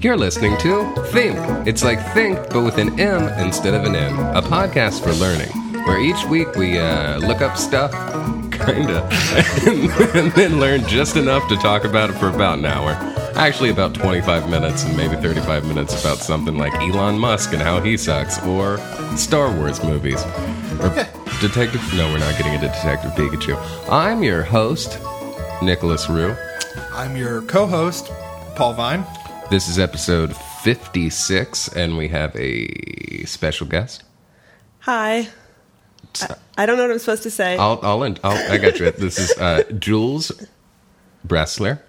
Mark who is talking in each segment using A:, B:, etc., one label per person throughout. A: You're listening to Think. It's like Think, but with an M instead of an N. A podcast for learning, where each week we uh, look up stuff, kinda, and, and then learn just enough to talk about it for about an hour. Actually, about 25 minutes and maybe 35 minutes about something like Elon Musk and how he sucks, or Star Wars movies, or Detective. No, we're not getting into Detective Pikachu. I'm your host, Nicholas Rue.
B: I'm your co-host, Paul Vine.
A: This is episode 56, and we have a special guest.
C: Hi. I, I don't know what I'm supposed to say.
A: I'll, I'll, end, I'll I got you. This is uh, Jules Bressler.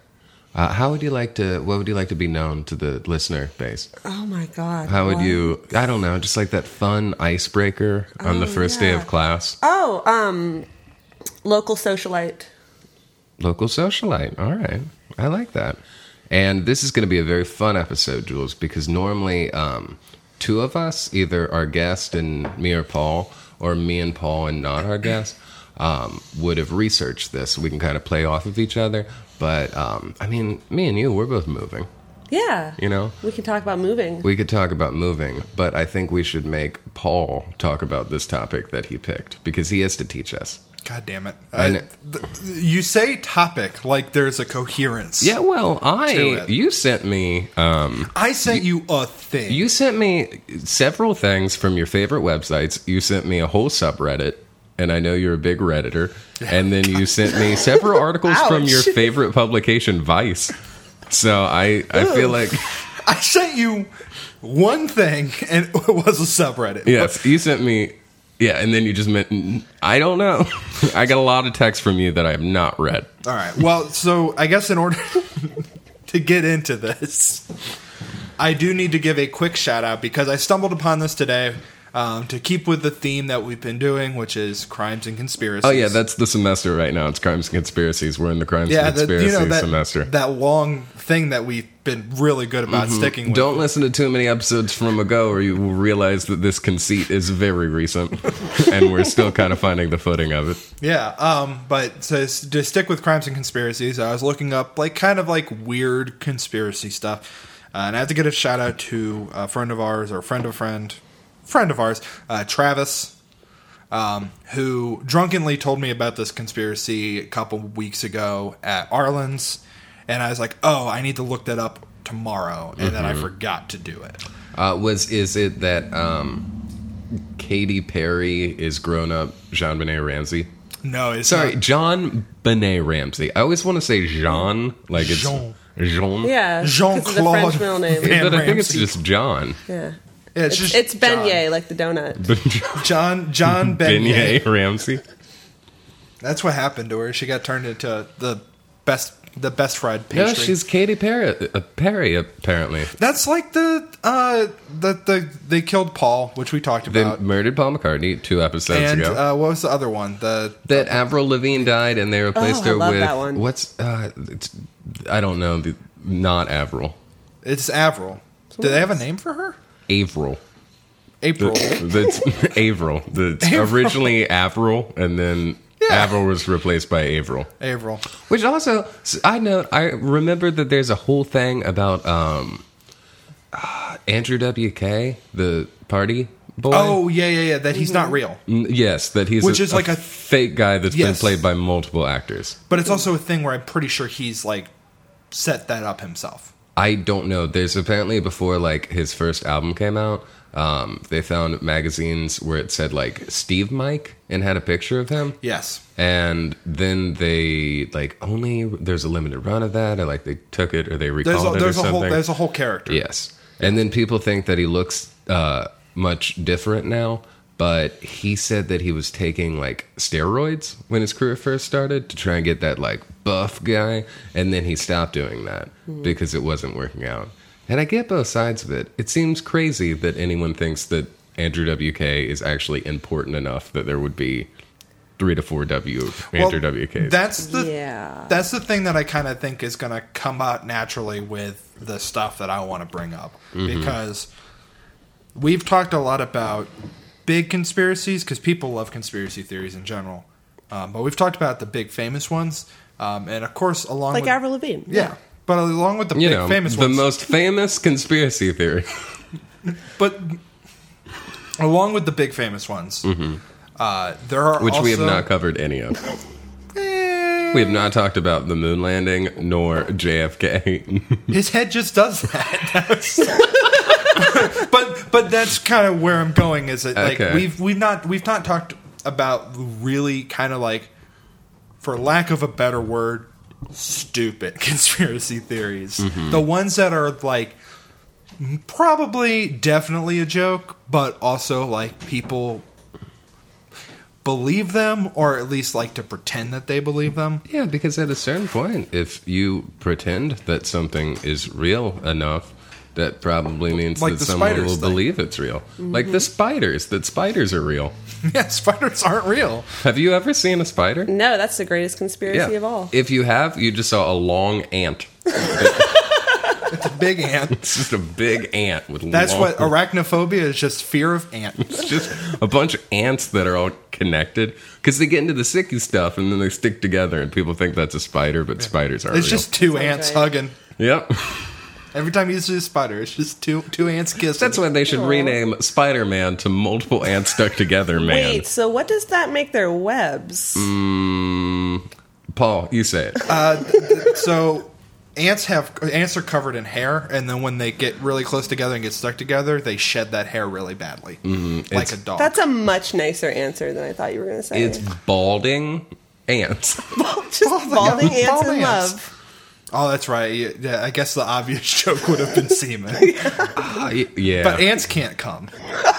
A: Uh, how would you like to? What would you like to be known to the listener base?
C: oh my god.
A: How would
C: what?
A: you? I don't know. Just like that fun icebreaker on the first day of
C: Oh, yeah.
A: class.
C: Oh, um local socialite.
A: Local socialite. All right. I like that. And this is going to be a very fun episode, Jules, because normally um, two of us, either our guest and me or Paul, or me and Paul and not our guest, um, would have researched this. We can kind of play off of each other. But um, I mean, me and you, we're both moving,
C: Yeah.
A: you know?
C: We can talk about moving.
A: We could talk about moving, but I think we should make Paul talk about this topic that he picked because he has to teach us.
B: God damn it!
A: I
B: I
A: know.
B: th- you say topic like there's a coherence.
A: Yeah, well,
B: To
A: I
B: it.
A: you sent me um,
B: I sent you a thing.
A: You sent me several things from your favorite websites. You sent me a whole subreddit, and I know you're a big Redditor. And then you sent me several articles from your
C: Ouch.
A: favorite publication, Vice. So I, I feel like
B: I sent you one thing, and it was a subreddit.
A: yes, you sent me yeah, and then you just meant "Mm, I don't know. I got a lot of text from you that I have not read.
B: All right. Well, so I guess in order to get into this, I do need to give a quick shout out because I stumbled upon this today. Um, to keep with the theme that we've been doing, which is crimes and conspiracies.
A: Oh yeah, that's the semester right now. It's crimes and conspiracies. We're in the crimes
B: yeah,
A: and
B: that,
A: conspiracy
B: you know that
A: semester.
B: that long thing that we've been really good about sticking with.
A: Mm-hmm. Don't listen to too many episodes from ago, or you will realize that this conceit is very recent, and we're still kind of finding the footing of it.
B: Yeah, um, but to, s- to stick with crimes and conspiracies, I was looking up like kind of like weird conspiracy stuff, uh, and I have to give a shout out to a friend of ours or friend of friend, friend of ours, uh, Travis, um, who drunkenly told me about this conspiracy a couple weeks ago at Arlen's, and I was like, oh, I need to look that up tomorrow, and then I
A: Mm-hmm.
B: forgot to do it.
A: Uh, was is it that um, Katy Perry is grown up Jean Benet Ramsey?
B: No, it's
A: Sorry,
B: not-
A: John Benet Ramsey. I always want to say Jean, like it's
B: Jean.
A: Jean.
C: yeah. 'cause it's a
B: Jean-Claude
C: French middle name.
B: Van-
A: but I think it's
B: Ramsey.
A: just John.
C: Yeah.
B: Yeah,
C: It's,
B: just
C: it's
B: John.
C: beignet, like the donut.
B: John John Beignet.
A: Benet Ramsey.
B: That's what happened to her. She got turned into the best the best fried pastry.
A: No, she's Katy Perry. Uh, Perry apparently.
B: that's like the uh the, the they killed Paul, which we talked
A: They
B: about.
A: murdered Paul McCartney two episodes
B: Uh, and
A: ago.
B: uh, what was the other one? The
A: that Avril Lavigne died, and they replaced
C: Oh, I
A: her
C: love
A: with
C: that one.
A: what's uh, it's I don't know, the, not Avril,
B: it's Avril. Do they have a name for her?
A: Avril. The-
B: April.
A: That's Avril. That's
B: Avril.
A: originally Avril, and then
B: Yeah.
A: Avril was replaced by Avril.
B: Avril.
A: Which also, I note, I remember that there's a whole thing about um, uh, Andrew WK, the party boy.
B: Oh yeah, yeah, yeah. That he's not real,
A: N- yes, that he's
B: Which is like a-
A: fake guy that's been
B: Yes.
A: played by multiple actors.
B: but it's also a thing where I'm pretty sure he's like set that up himself.
A: I don't know. There's apparently before like his first album came out, um, they found magazines where it said like Steve Mike and had a picture of him.
B: Yes.
A: And then they like only there's a limited run of that, or like they took it or they
B: There's
A: recalled
B: a,
A: it
B: there's
A: or
B: a
A: Oh, something.
B: whole there's a whole character.
A: yes. And then people think that he looks uh, much different now, but he said that he was taking like steroids when his career first started to try and get that like buff guy, and then he stopped doing that
B: Hmm.
A: because it wasn't working out. And I get both sides of it. It seems crazy that anyone thinks that Andrew WK is actually important enough that there would be three to four W Andrew
B: Well,
A: WKs.
B: That's the
C: Yeah.
B: That's the thing that I kind of think is going to come out naturally with the stuff that I want to bring up
A: Mm-hmm.
B: because we've talked a lot about big conspiracies because people love conspiracy theories in general, um, but we've talked about the big famous ones. Um, and of course, along
C: Like
B: with,
C: Avril Lavigne.
B: yeah. but along with the
A: You
B: big
A: know,
B: famous
A: the
B: ones,
A: most famous conspiracy theory.
B: but along with the big famous ones, uh, there are
A: Mm-hmm. Which we have
B: also- Eh,
A: not covered any of. We have not talked about the moon landing nor JFK.
B: His head just does that. That's- but but that's kind of where I'm going. Is that like
A: Okay.
B: we've we've not we've not talked about really kind of like, for lack of a better word, stupid conspiracy theories. The ones that are like probably definitely a joke, but also like people believe them or at least like to pretend that they believe them.
A: yeah, because at a certain point, if you pretend that something is real enough, that probably means
B: Like
A: that
B: the
A: someone
B: spiders
A: will
B: thing.
A: believe it's real. Like the spiders, that spiders are real.
B: yeah, spiders aren't real.
A: Have you ever seen a spider?
C: No, that's the greatest conspiracy of all.
A: If you have, you just saw a long ant.
B: Big ant.
A: It's just a big ant with
B: That's
A: long,
B: what arachnophobia is just fear of ants.
A: It's just a bunch of ants that are all connected because they get into the sicky stuff and then they stick together and people think that's a spider, but spiders aren't.
B: It's
A: real.
B: just two
C: Sounds
B: ants
C: right.
B: hugging.
A: yep.
B: Every time you see a spider, it's just two two ants kissing.
A: That's why they should rename Spider Man to Multiple Ants Stuck Together Man.
C: Wait, so what does that make their webs?
A: Mm, Paul, you say it.
B: Uh, so ants have ants are covered in hair, and then when they get really close together and get stuck together, they shed that hair really badly, like a
A: Mm-hmm. it's-
B: dog.
C: That's a much nicer answer than I thought you were going to say.
A: it's balding ants.
C: just balding
B: yeah,
C: ants
B: bald
C: in
B: ants.
C: love.
B: oh, that's right. Yeah, yeah, I guess the obvious joke would have been semen,
A: Ah, y- yeah.
B: but ants can't come.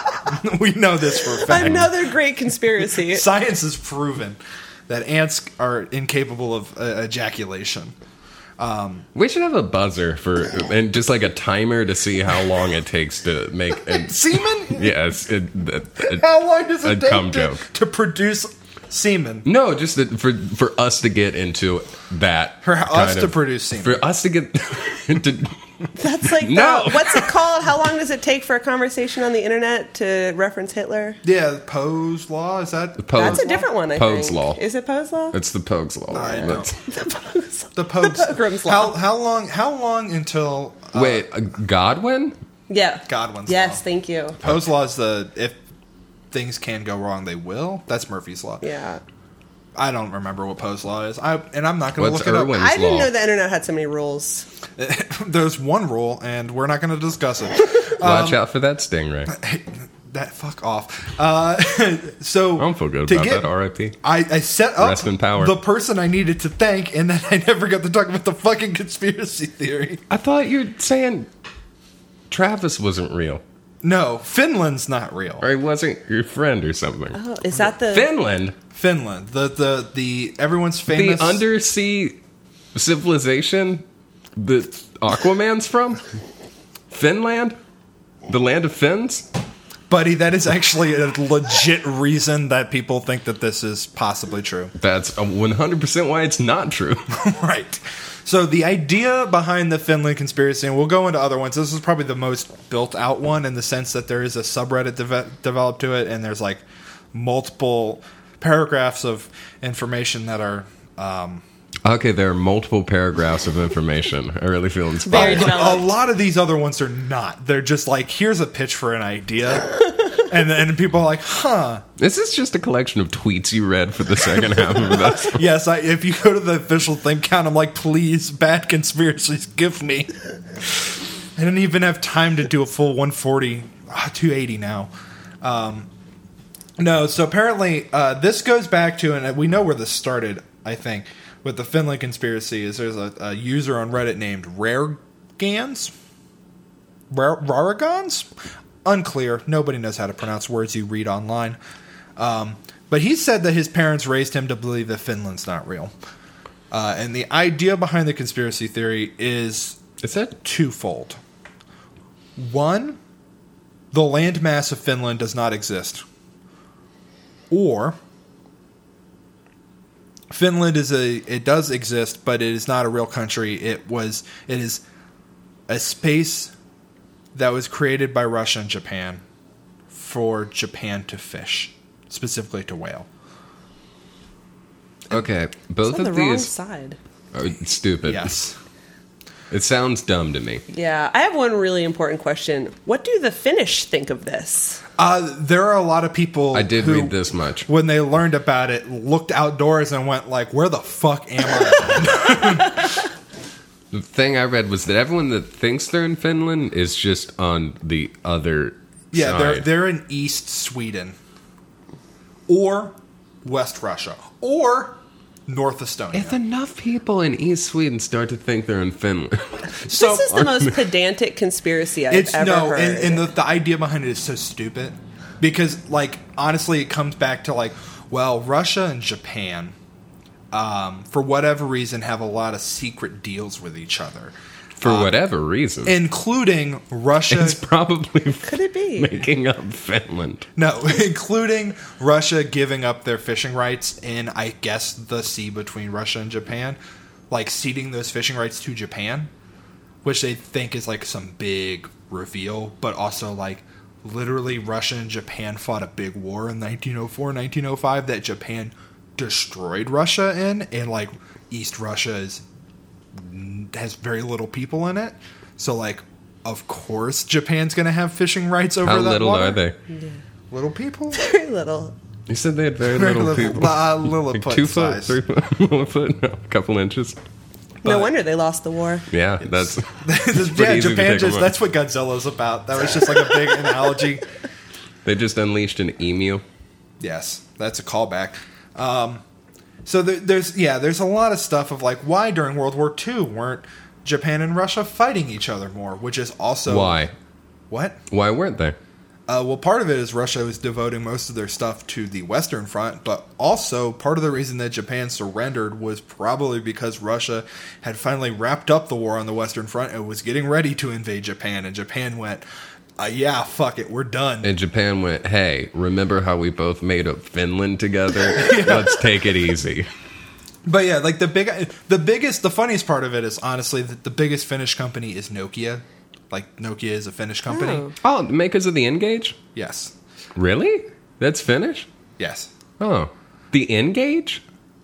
B: we know this for a fact.
C: Another great conspiracy.
B: Science has proven that ants are incapable of uh, ejaculation.
A: we should have a buzzer for and just like a timer to see how long it takes to make a
B: Semen?
A: Yes. It, it- it-
B: How long does
A: A
B: it take
A: cum
B: to,
A: joke.
B: to produce semen?
A: No, just that for for us to get into that.
B: For us
A: kind
B: to produce semen.
A: For us to get into
C: That's like
A: No.
C: the- what's it called? How long does it take for a conversation on the internet to reference Hitler?
B: Yeah, Poe's law is that
A: Poe's,
C: That's a different one. I
A: Pogue's
C: think.
A: law.
C: Is it Poe's law?
A: It's the Pogue's law.
B: I know.
A: That's-
B: the Poe's
C: Pilgrim's Law.
B: How how long how long until uh,
A: Wait, uh, Godwin?
C: yeah.
B: Godwin's
C: Yes,
B: law.
C: thank you.
B: Poe's law is the if things can go wrong they will. That's Murphy's law.
C: Yeah.
B: I don't remember what Poe's law is. I and I'm not going to
A: What's
B: look it
A: Irwin?
B: up.
C: I didn't
A: law.
C: know the internet had so many rules.
B: There's one rule and we're not going to discuss it.
A: Watch out for that stingray.
B: that fuck off. Uh, so
A: I don't feel good
B: to
A: about
B: get-
A: that. R.I.P.
B: I, I set up
A: Rest in power.
B: the person I needed to thank, and then I never got to talk about the fucking conspiracy theory.
A: I thought you were saying Travis wasn't real,
B: No, Finland's not real.
A: or he wasn't your friend, or something.
C: Oh, is that the
A: Finland,
B: Finland, the the the everyone's
A: the
B: famous
A: undersea civilization that Aquaman's from. Finland, the land of Finns.
B: buddy. That is actually a legit reason that people think that this is possibly true.
A: That's 100% why it's not true.
B: right. So the idea behind the Finland conspiracy, and we'll go into other ones. This is probably the most built out one in the sense that there is a subreddit deve- developed to it, and there's like multiple paragraphs of information that are um,
A: okay, there are multiple paragraphs of information. I really feel
C: Very
A: inspired.
B: a
C: developed.
B: lot of these other ones are not. They're just like here's a pitch for an idea, and then people are like, huh.
A: This is just a collection of tweets you read for the second half of this.
B: Yes, I, if you go to the official thing count, I'm like, please, bad conspiracies, give me. I didn't even have time to do a full 140, ah, 280 now. Um, no, so apparently uh, this goes back to, and we know where this started, I think, with the Finland conspiracy. Is there's a, a user on Reddit named Raregans, Rar- Raragons, unclear. Nobody knows how to pronounce words you read online. Um, but he said that his parents raised him to believe that Finland's not real. Uh, and the idea behind the conspiracy theory is
A: Is it?
B: twofold. One, the landmass of Finland does not exist. Or Finland is a it does exist, but it is not a real country. It was it is a space that was created by Russia and Japan for Japan to fish, specifically to whale.
A: Okay, both
D: It's on the
A: of
D: wrong
A: these
D: side.
A: are stupid.
B: Yes.
A: It sounds dumb to me.
D: Yeah, I have one really important question. What do the Finnish think of this?
B: Uh, there are a lot of people.
A: I did
B: who,
A: read this much.
B: When they learned about it, looked outdoors and went like, "Where the fuck am I?"
A: The thing I read was that everyone that thinks they're in Finland is just on the other
B: yeah, they're
A: side.
B: they're in East Sweden, or West Russia, or North Estonia.
A: If enough people in East Sweden start to think they're in Finland,
B: so
D: this is the most pedantic conspiracy I've
B: it's
D: ever
B: no,
D: heard.
B: and, and the, the idea behind it is so stupid because, like, honestly, it comes back to like, well, Russia and Japan, um, for whatever reason, have a lot of secret deals with each other,
A: for
B: Uh,
A: whatever reason,
B: including Russia.
A: it's probably
D: Could it be?
A: making up Finland.
B: No, including Russia giving up their fishing rights in, I guess, the sea between Russia and Japan, like ceding those fishing rights to Japan, which they think is like some big reveal, but also like literally Russia and Japan fought a big war in 1904, 1905 that Japan destroyed Russia in, and like East Russia is has very little people in it, so like. Of course, Japan's going to have fishing rights over
A: How
B: that
A: little
B: water.
A: are they?
B: Little people?
D: Very little.
A: You said they had very,
B: Very
A: little,
B: little,
A: people.
B: uh,
A: Like
B: Lilliput
A: two foot,
B: size.
A: three foot, one foot, no, a couple inches.
D: No wonder they lost the war.
A: Yeah, that's pretty
B: yeah,
A: easy to take
B: Japan
A: away.
B: just, that's what Godzilla's about. That was just like a big analogy.
A: they just unleashed an emu.
B: Yes, that's a callback. Um, so there, there's, yeah, there's a lot of stuff of like why during World War II weren't Japan and Russia fighting each other more, which is also.
A: Why?
B: What?
A: Why weren't they?
B: Uh, well, part of it is Russia was devoting most of their stuff to the Western Front, but also part of the reason that Japan surrendered was probably because Russia had finally wrapped up the war on the Western Front and was getting ready to invade Japan, and Japan went, uh, "Yeah, fuck it, we're done."
A: And Japan went, hey, remember how we both made up Finland together? Let's take it easy.
B: But yeah, like the big, the biggest, the funniest part of it is honestly that the biggest Finnish company is Nokia. Like Nokia is a Finnish company.
D: Oh.
A: Oh, the makers of the N-Gage?
B: Yes,
A: Really? That's Finnish?
B: yes.
A: Oh. The N-Gage?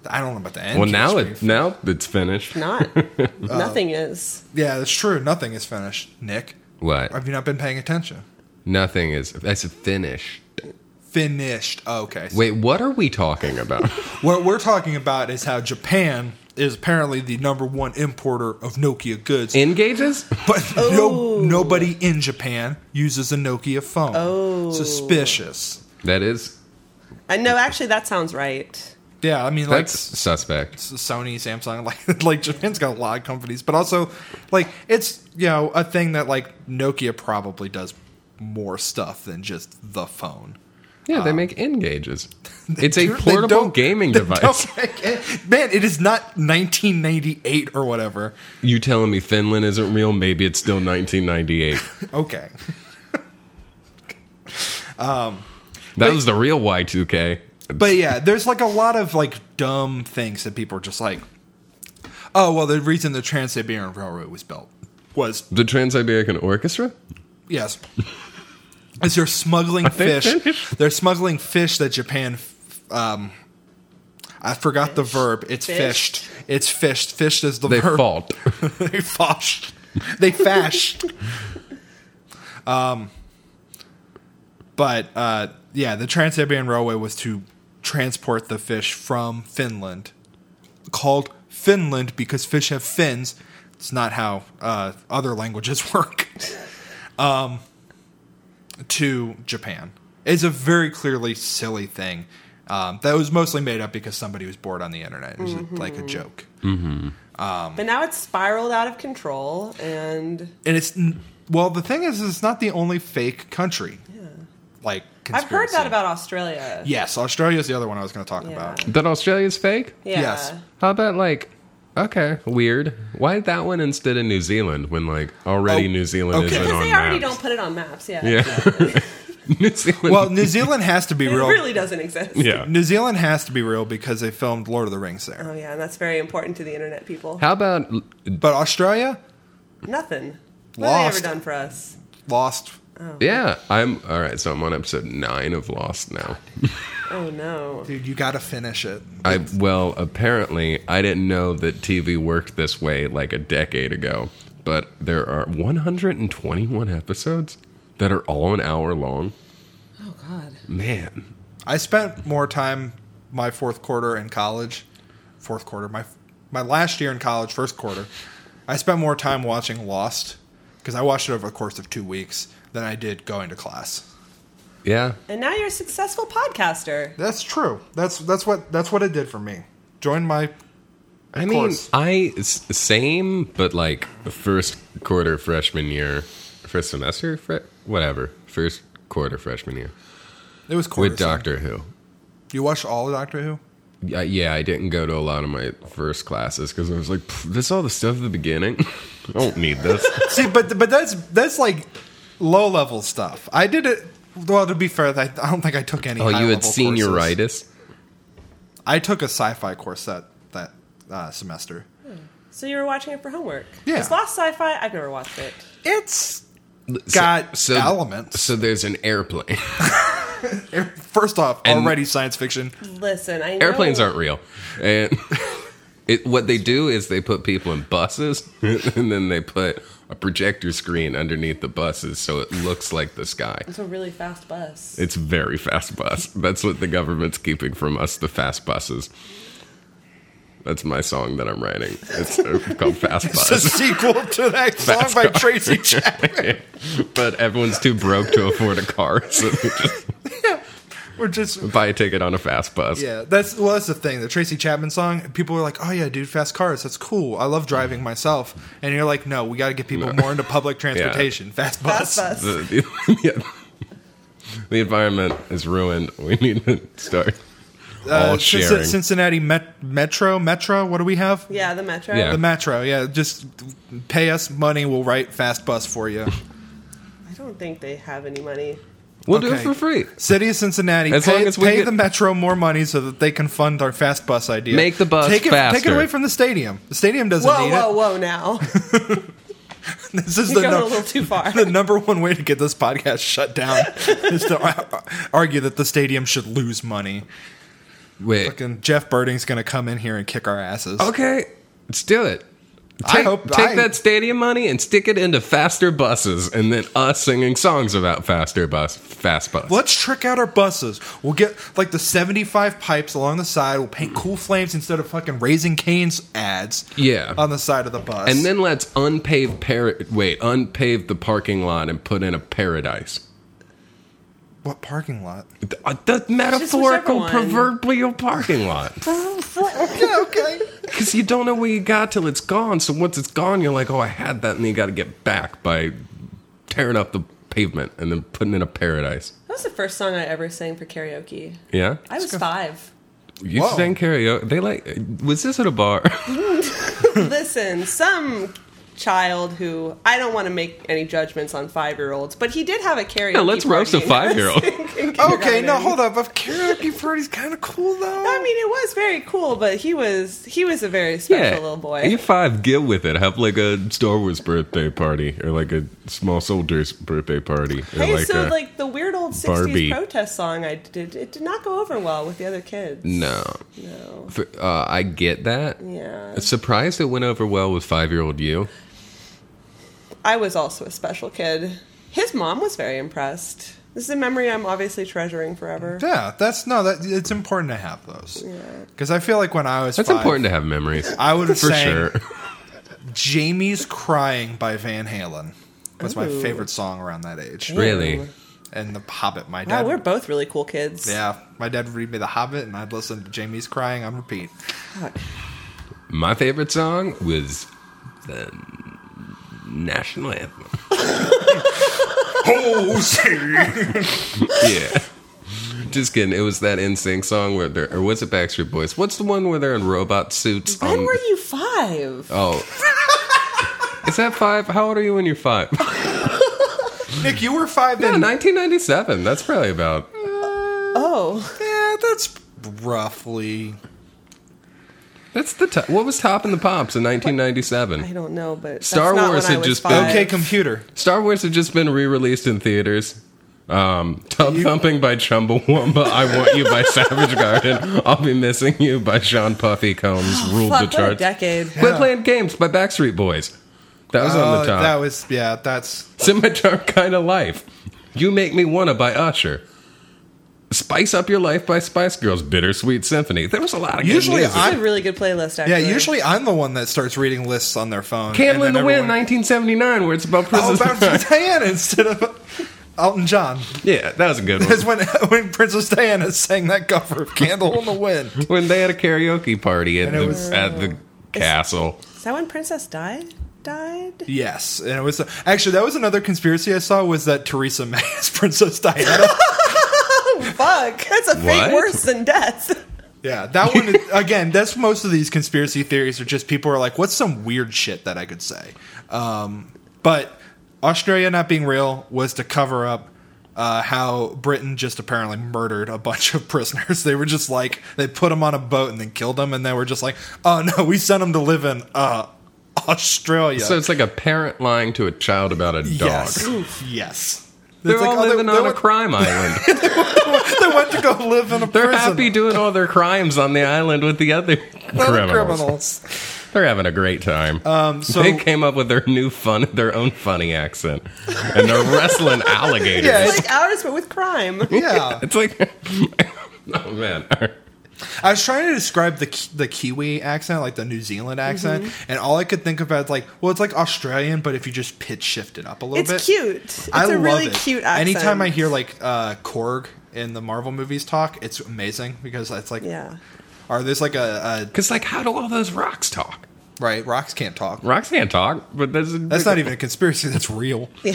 B: I don't know about the end.
A: Well, now, it, now it's Finnish.
D: Not. Nothing is.
B: yeah, that's true. Nothing is Finnish, Nick.
A: What?
B: Have you not been paying attention?
A: Nothing is. That's Finnish.
B: finished. Oh, okay.
A: Wait, what are we talking about?
B: What we're talking about is how Japan is apparently the number one importer of Nokia goods,
A: N-Gages?
B: but no, nobody in Japan uses a Nokia phone. Oh. Suspicious.
A: That is.
D: Uh, no, actually, that sounds right.
B: Yeah, I mean, like
A: That's suspect.
B: Sony, Samsung, like like Japan's got a lot of companies, but also like it's you know a thing that like Nokia probably does more stuff than just the phone.
A: Yeah, they make N-Gages. Ah. It's a
B: They
A: portable
B: don't-
A: gaming
B: they
A: device.
B: don't make it- Man, it is not 1998 or whatever.
A: You telling me Finland isn't real? Maybe it's still 1998.
B: Okay.
A: That was the real Y2K.
B: But yeah, there's like a lot of like dumb things that people are just like, oh well, the reason the Trans Siberian Railroad was built was
A: The Trans Siberian Orchestra?
B: yes, is they're smuggling
A: they
B: fish. They're smuggling fish that Japan. f- Um, I forgot the verb. It's
D: Fished.
B: fished. It's fished. Fished is the
A: They
B: verb.
A: fault.
B: they fashed. They fashed. um, but uh, yeah, the Trans Siberian Railway was to transport the fish from Finland, called Finland because fish have fins. It's not how uh, other languages work. um, to Japan. It's a very clearly silly thing. Um, that was mostly made up because somebody was bored on the internet. It was like a joke.
D: But now it's spiraled out of control, and
B: and it's well the thing is it's not the only fake country like
D: I've heard
B: conspiracy.
D: that about Australia.
B: yes australia's the other one i was going to talk
D: Yeah.
B: about
A: That Australia's fake?
D: Yeah.
B: Yes.
A: How about like okay, weird. Why that one instead of New Zealand when like already
B: Oh,
A: New Zealand
B: okay.
A: isn't
D: Because
A: on
D: they already don't
A: maps?
D: put it on maps. Yeah.
A: Yeah. New Zealand
B: well new zealand has to be
D: It
B: real
D: really doesn't exist.
A: Yeah.
B: new zealand has to be real because they filmed lord of the rings there
D: Oh yeah, and that's very important to the internet people.
A: How about
D: Uh-huh.
B: but australia
D: Nothing. What have they
B: Lost.
D: ever done for us?
B: lost
D: Oh.
A: yeah, I'm all right, so I'm on episode 9 of Lost now.
D: Oh no.
B: Dude, you gotta finish it.
A: I well, apparently, I didn't know that TV worked this way like a decade ago. But there are 121 episodes that are all an hour long.
D: Oh god.
A: Man,
B: I spent more time my fourth quarter in college, fourth quarter my my last year in college, first quarter. I spent more time watching Lost because I watched it over the course of two weeks than I did going to class.
A: yeah,
D: And now you're a successful podcaster.
B: That's true. That's that's what that's what it did for me. Join my
A: I mean,
B: course.
A: I s- same, but like first quarter freshman year, first semester, fre- whatever, first quarter freshman year
B: it was quarter
A: with
B: so-
A: Doctor Who.
B: You watched all of Doctor Who?
A: Yeah, yeah, I didn't go to a lot of my first classes because I was like, "Pff, this is all the stuff at the beginning. I don't need this.
B: See, but but that's that's like low level stuff. I did it. Well, to be fair, I, I don't think I took any.
A: oh, you had
B: high-level courses.
A: senioritis.
B: I took a sci-fi course that that uh, semester.
D: So you were watching it for homework.
B: Yeah.
D: It's lost sci-fi. I've never watched it.
B: It's got elements.
A: So there's an airplane.
B: First off,
A: And-
B: already science fiction.
D: Listen, I know
A: Airplanes aren't real. And it, what they do is they put people in buses and then they put a projector screen underneath the buses so it looks like the sky.
D: It's a really fast bus.
A: It's very fast bus. That's what the government's keeping from us, the fast buses. That's my song that I'm writing. It's uh, called Fast
B: It's a
A: Bus.
B: sequel to that song
A: Fast
B: by
A: car.
B: Tracy Chapman.
A: but everyone's too broke to afford a car, so they just
B: We're just
A: buy a ticket on a fast bus.
B: yeah. That's well, that's the thing. The Tracy Chapman song. People are like, "Oh yeah, dude, fast cars. That's cool. I love driving myself." And you're like, "No, we got to get people more into public transportation. Fast bus.
D: Fast bus.
A: the, the, yeah. the environment is ruined. We need to start all
B: Uh, Cin-
A: sharing.
B: Cincinnati Met- Metro. Metro. What do we have?
D: Yeah, the metro.
A: Yeah.
B: The Metro. Yeah, just pay us money. We'll write fast bus for you.
D: I don't think they have any money.
A: we'll do it
B: Okay.
A: for free.
B: City of Cincinnati,
A: As
B: pay,
A: long as we
B: pay
A: get-
B: the Metro more money so that they can fund our fast bus idea.
A: Make the bus
B: take it, Take
A: faster.
B: it away from the stadium. The stadium doesn't
D: Whoa,
B: need
D: whoa,
B: it.
D: whoa! Now
B: This is the,
D: you're going
B: num-
D: a little too far.
B: the number one way to get this podcast shut down is to ar- argue that the stadium should lose money.
A: Wait.
B: Fucking Jeff Birding's going to come in here and kick our asses.
A: Okay, let's do it.
B: I
A: Take,
B: hope-
A: take
B: I-
A: that stadium money and stick it into faster buses, and then us singing songs about faster bus, fast bus.
B: Let's trick out our buses. We'll get like the 75 pipes along the side. We'll paint cool flames instead of fucking raising canes ads
A: Yeah.
B: on the side of the bus.
A: And then let's unpave par- wait, unpave the parking lot and put in a paradise.
B: what parking lot?
A: The, uh, the metaphorical,
D: one.
A: proverbial parking lot.
B: yeah, okay.
A: Because you don't know where you got till it's gone. So once it's gone, you're like, oh, I had that, and then you got to get back by tearing up the pavement and then putting in a paradise.
D: That was the first song I ever sang for karaoke.
A: Yeah,
D: I was five.
A: you
B: Whoa.
A: sang karaoke. They like, was this at a bar?
D: Listen, some child who I don't want to make any judgments on five year olds, but he did have a karaoke.
A: Yeah, let's roast a
D: party.
A: five-year-old.
B: Okay, no, hold up. A karaoke party's kind of cool though.
D: I mean, it was very cool, but he was he was a very special little boy.
A: You're five, get with it. Have like a Star Wars birthday party or like a small soldier's birthday party. Or
D: Hey,
A: like
D: so
A: a-
D: like the weird old '60s
A: Barbie.
D: protest song I did, it did not go over well with the other kids.
A: no.
D: No.
A: For- uh, I get that.
D: Yeah,
A: Surprised it went over well with five year old you.
D: I was also a special kid. His mom was very impressed. This is a memory I'm obviously treasuring forever.
B: yeah, that's no. That it's important to have those.
D: Yeah.
B: Because I feel like when I was
A: That's
B: five,
A: important to have memories.
B: I would have
A: for
B: sang
A: sure.
B: "Jamie's Crying" by Van Halen. That's my
D: Ooh.
B: favorite song around that age.
A: really.
B: And The Hobbit. My
D: Wow,
B: dad.
D: we're both really cool kids.
B: yeah, my dad would read me The Hobbit, and I'd listen to Jamie's Crying on repeat.
A: My favorite song was the national anthem.
B: Oh, see.
A: yeah. Just kidding. It was that NSYNC song where they're, or was it Backstreet Boys? What's the one where they're in robot suits?
D: When
A: on-
D: were you five?
A: Oh. Is that five? How old are you when you're five?
B: Nick, you were five
A: Yeah,
B: then.
A: 1997. That's probably about.
D: Oh,
B: yeah, that's roughly.
A: That's the top. What was top in the pops in
D: I
A: 1997?
D: don't know, but that's
A: Star
D: not
A: Wars
D: when I
A: had
D: was
A: just been-
D: five.
B: Okay, computer.
A: Star Wars had just been re-released in theaters. Um, Tub Thumping by Chumbawamba. I Want You by Savage Garden. I'll Be Missing You by Sean Puffy Combs. Ruled the
D: Oh, Fuck, what a
A: charts.
D: decade.
A: Quit Playing Games by Backstreet Boys. That was on
B: Uh,
A: the top.
B: That was yeah. That's
A: Scimitar Kind of Life. You Make Me Wanna by Usher. Spice Up Your Life by Spice Girls. Bittersweet Symphony. There was a lot of good
B: Usually
A: music.
B: I-
D: That's a really good playlist,
B: yeah.
D: actually.
B: Usually I'm the one that starts reading lists on their phone.
A: Candle in
B: and
A: the
B: then
A: Wind,
B: everyone-
A: 1979, where it's about
B: Oh,
A: Princess
B: about Diana instead of Elton John.
A: Yeah, that was a good
B: Because
A: one.
B: when when Princess Diana sang that cover of "Candle in the Wind,"
A: When they had a karaoke party at
B: And it
A: the,
B: was-
A: at the castle.
D: Is that when Princess Di died?
B: yes, and it was actually that was another conspiracy I saw was that Teresa May is Princess Diana.
D: Oh, Fuck, that's a
A: What?
D: fate worse than death.
B: yeah, that one is- again. That's most of these conspiracy theories are just people are like, "What's some weird shit that I could say?" Um, but Australia not being real was to cover up. Uh, how Britain just apparently murdered a bunch of prisoners. They were just like they put them on a boat and then killed them, and they were just like, "Oh no, we sent them to live in uh, Australia."
A: So it's like a parent lying to a child about a dog.
B: Yes. Yes.
A: They're
B: It's like,
A: all
B: oh, they-
A: living
B: they,
A: on a
B: went,
A: crime island.
B: they went to go live in a
A: They're
B: prison.
A: happy doing all their crimes on the island with the other
B: They're
A: criminals. They're having a great time.
B: Um, so
A: they came up with their new fun, their own funny accent, and they're wrestling alligators.
B: Yeah,
D: It's like ours, but with crime.
B: yeah,
A: It's like, oh man,
B: I was trying to describe the Ki- the Kiwi accent, like the New Zealand accent, and all I could think about is like, well, it's like Australian, but if you just pitch shift it up a little
D: It's
B: bit.
D: cute. It's
B: I
D: a
B: love
D: really
B: it.
D: cute accent.
B: Anytime I hear like uh, Korg in the Marvel movies talk, it's amazing because it's like,
D: Yeah.
B: or there's like a,
A: because like, how do all those rocks talk?
B: a right, rocks can't talk.
A: Rocks can't talk, but that's
B: That's not even a conspiracy. That's real.
D: Yeah.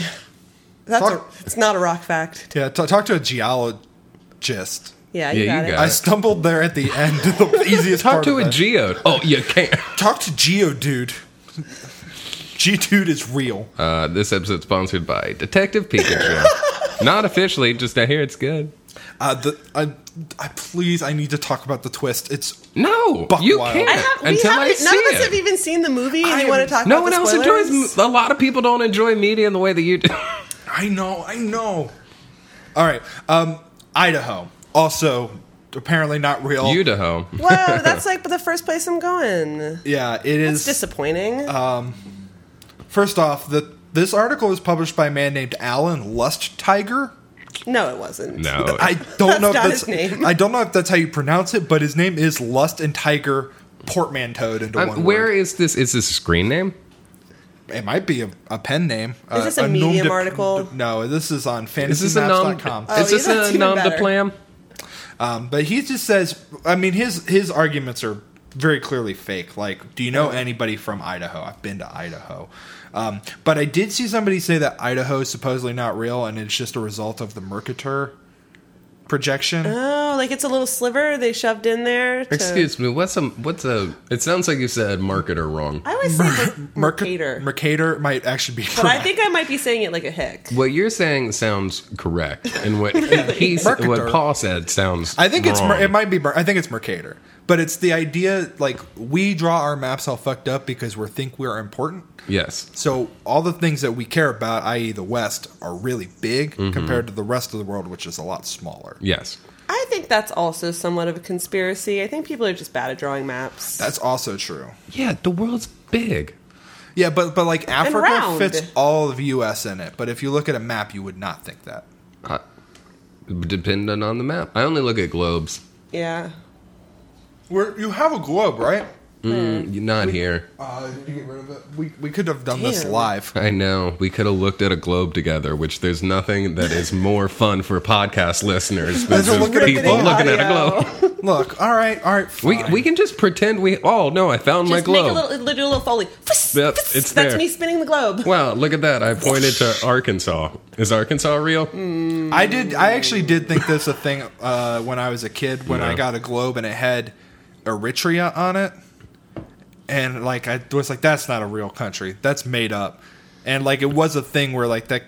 D: That's a,
B: Fuck.
D: it's not a rock fact.
B: Yeah, t- talk to a geologist.
D: Yeah, you,
A: Yeah,
D: got,
A: you
D: it.
A: got
B: I stumbled there at the end. The easiest
A: talk
B: part
A: to
B: of
A: a
B: it.
A: geode. Oh, you can't.
B: Talk to Geo Dude. G Dude is real.
A: Uh, this episode's sponsored by Detective Pikachu. not officially, just I hear it's good.
B: Uh, the, I, I please, I need to talk about the twist. It's
A: No,
B: Buck
A: you
B: wild.
A: can't
D: I have, we
A: until I
D: haven't-
A: see
D: none
A: it.
D: of us have even seen the movie, and
B: I
D: you want
B: haven't-
D: to talk
A: no
D: about
A: one
D: the
A: else
D: spoilers? Oh.
A: enjoys. A lot of people don't enjoy media in the way that you do.
B: I know, I know. All right, um, Idaho also apparently not real.
A: Idaho.
D: Whoa, that's like the first place I'm going.
B: yeah, it
D: It's
B: is.
D: disappointing.
A: uh,
B: first off, the this article was published by a man named Alan Lust Tiger.
D: no, it wasn't.
A: No,
B: I don't know if
D: That's not
B: that's
D: his name.
B: I don't know if that's how you pronounce it, but his name is Lust and Tiger portmanteaued into
A: Um,
B: one.
A: where
B: word.
A: is this? Is this a screen name?
B: It might be a, a pen name. uh, Is
D: this a Medium article?
B: no, this is on
A: Is this a nom?
B: fantasymaps.com.
D: Oh,
A: is this
D: yeah, that's
A: a
D: even
A: nom de
D: better.
A: plam?
B: Um, but he just says, I mean, his his arguments are very clearly fake. Like, do you know anybody from Idaho? I've been to Idaho. Um, but I did see somebody say that Idaho is supposedly not real and it's just a result of the Mercator projection.
D: Oh, like it's a little sliver they shoved in there. To,
A: Excuse me. What's a what's a? It sounds like you said marketer wrong.
D: I always say mer-
B: Merc-
D: mercator,
B: Mercator might actually be correct.
D: but I think I might be saying it like a hick.
A: What you're saying sounds correct, and what he s- what
B: Marketer.
A: Paul said sounds.
B: I think it's
A: wrong.
B: mer- it might be mer- I think it's Mercator, but it's the idea like we draw our maps all fucked up because we think we're important.
A: yes.
B: So all the things that we care about, i.e., the West, are really big compared to the rest of the world, which is a lot smaller.
A: Yes.
D: I think that's also somewhat of a conspiracy. I think people are just bad at drawing maps.
B: That's also true.
A: Yeah. The world's big.
B: Yeah, but but like Africa
D: round.
B: fits all of U.S. in it. But if you look at a map, you would not think that.
A: Uh, dependent on the map. I only look at globes.
D: yeah.
B: Where you have a globe, right?
A: Mm, Not here.
B: Uh, you get rid of it. We we could have done this
D: Damn.
B: live.
A: I know. We could have looked at a globe together, which there's nothing that is more fun for podcast listeners than
B: Let's
A: some
B: look at a
A: people
B: globe.
A: looking at a
D: Audio.
A: globe.
B: Look, all right, all right.
A: We,
B: fine.
A: we can just pretend we. Oh no, I found my
D: Just make
A: globe.
D: a little, do a little foley.
A: Yep,
D: That's
A: it's
D: That's
A: there.
D: me spinning the globe.
A: wow, look at that! I pointed to Arkansas. Is Arkansas real?
B: I did. I actually did think this a thing uh, when I was a kid. When I
A: Yeah.
B: got a globe and it had Eritrea on it, and like I was like, "That's not a real country. That's made up." And like it was a thing where like that.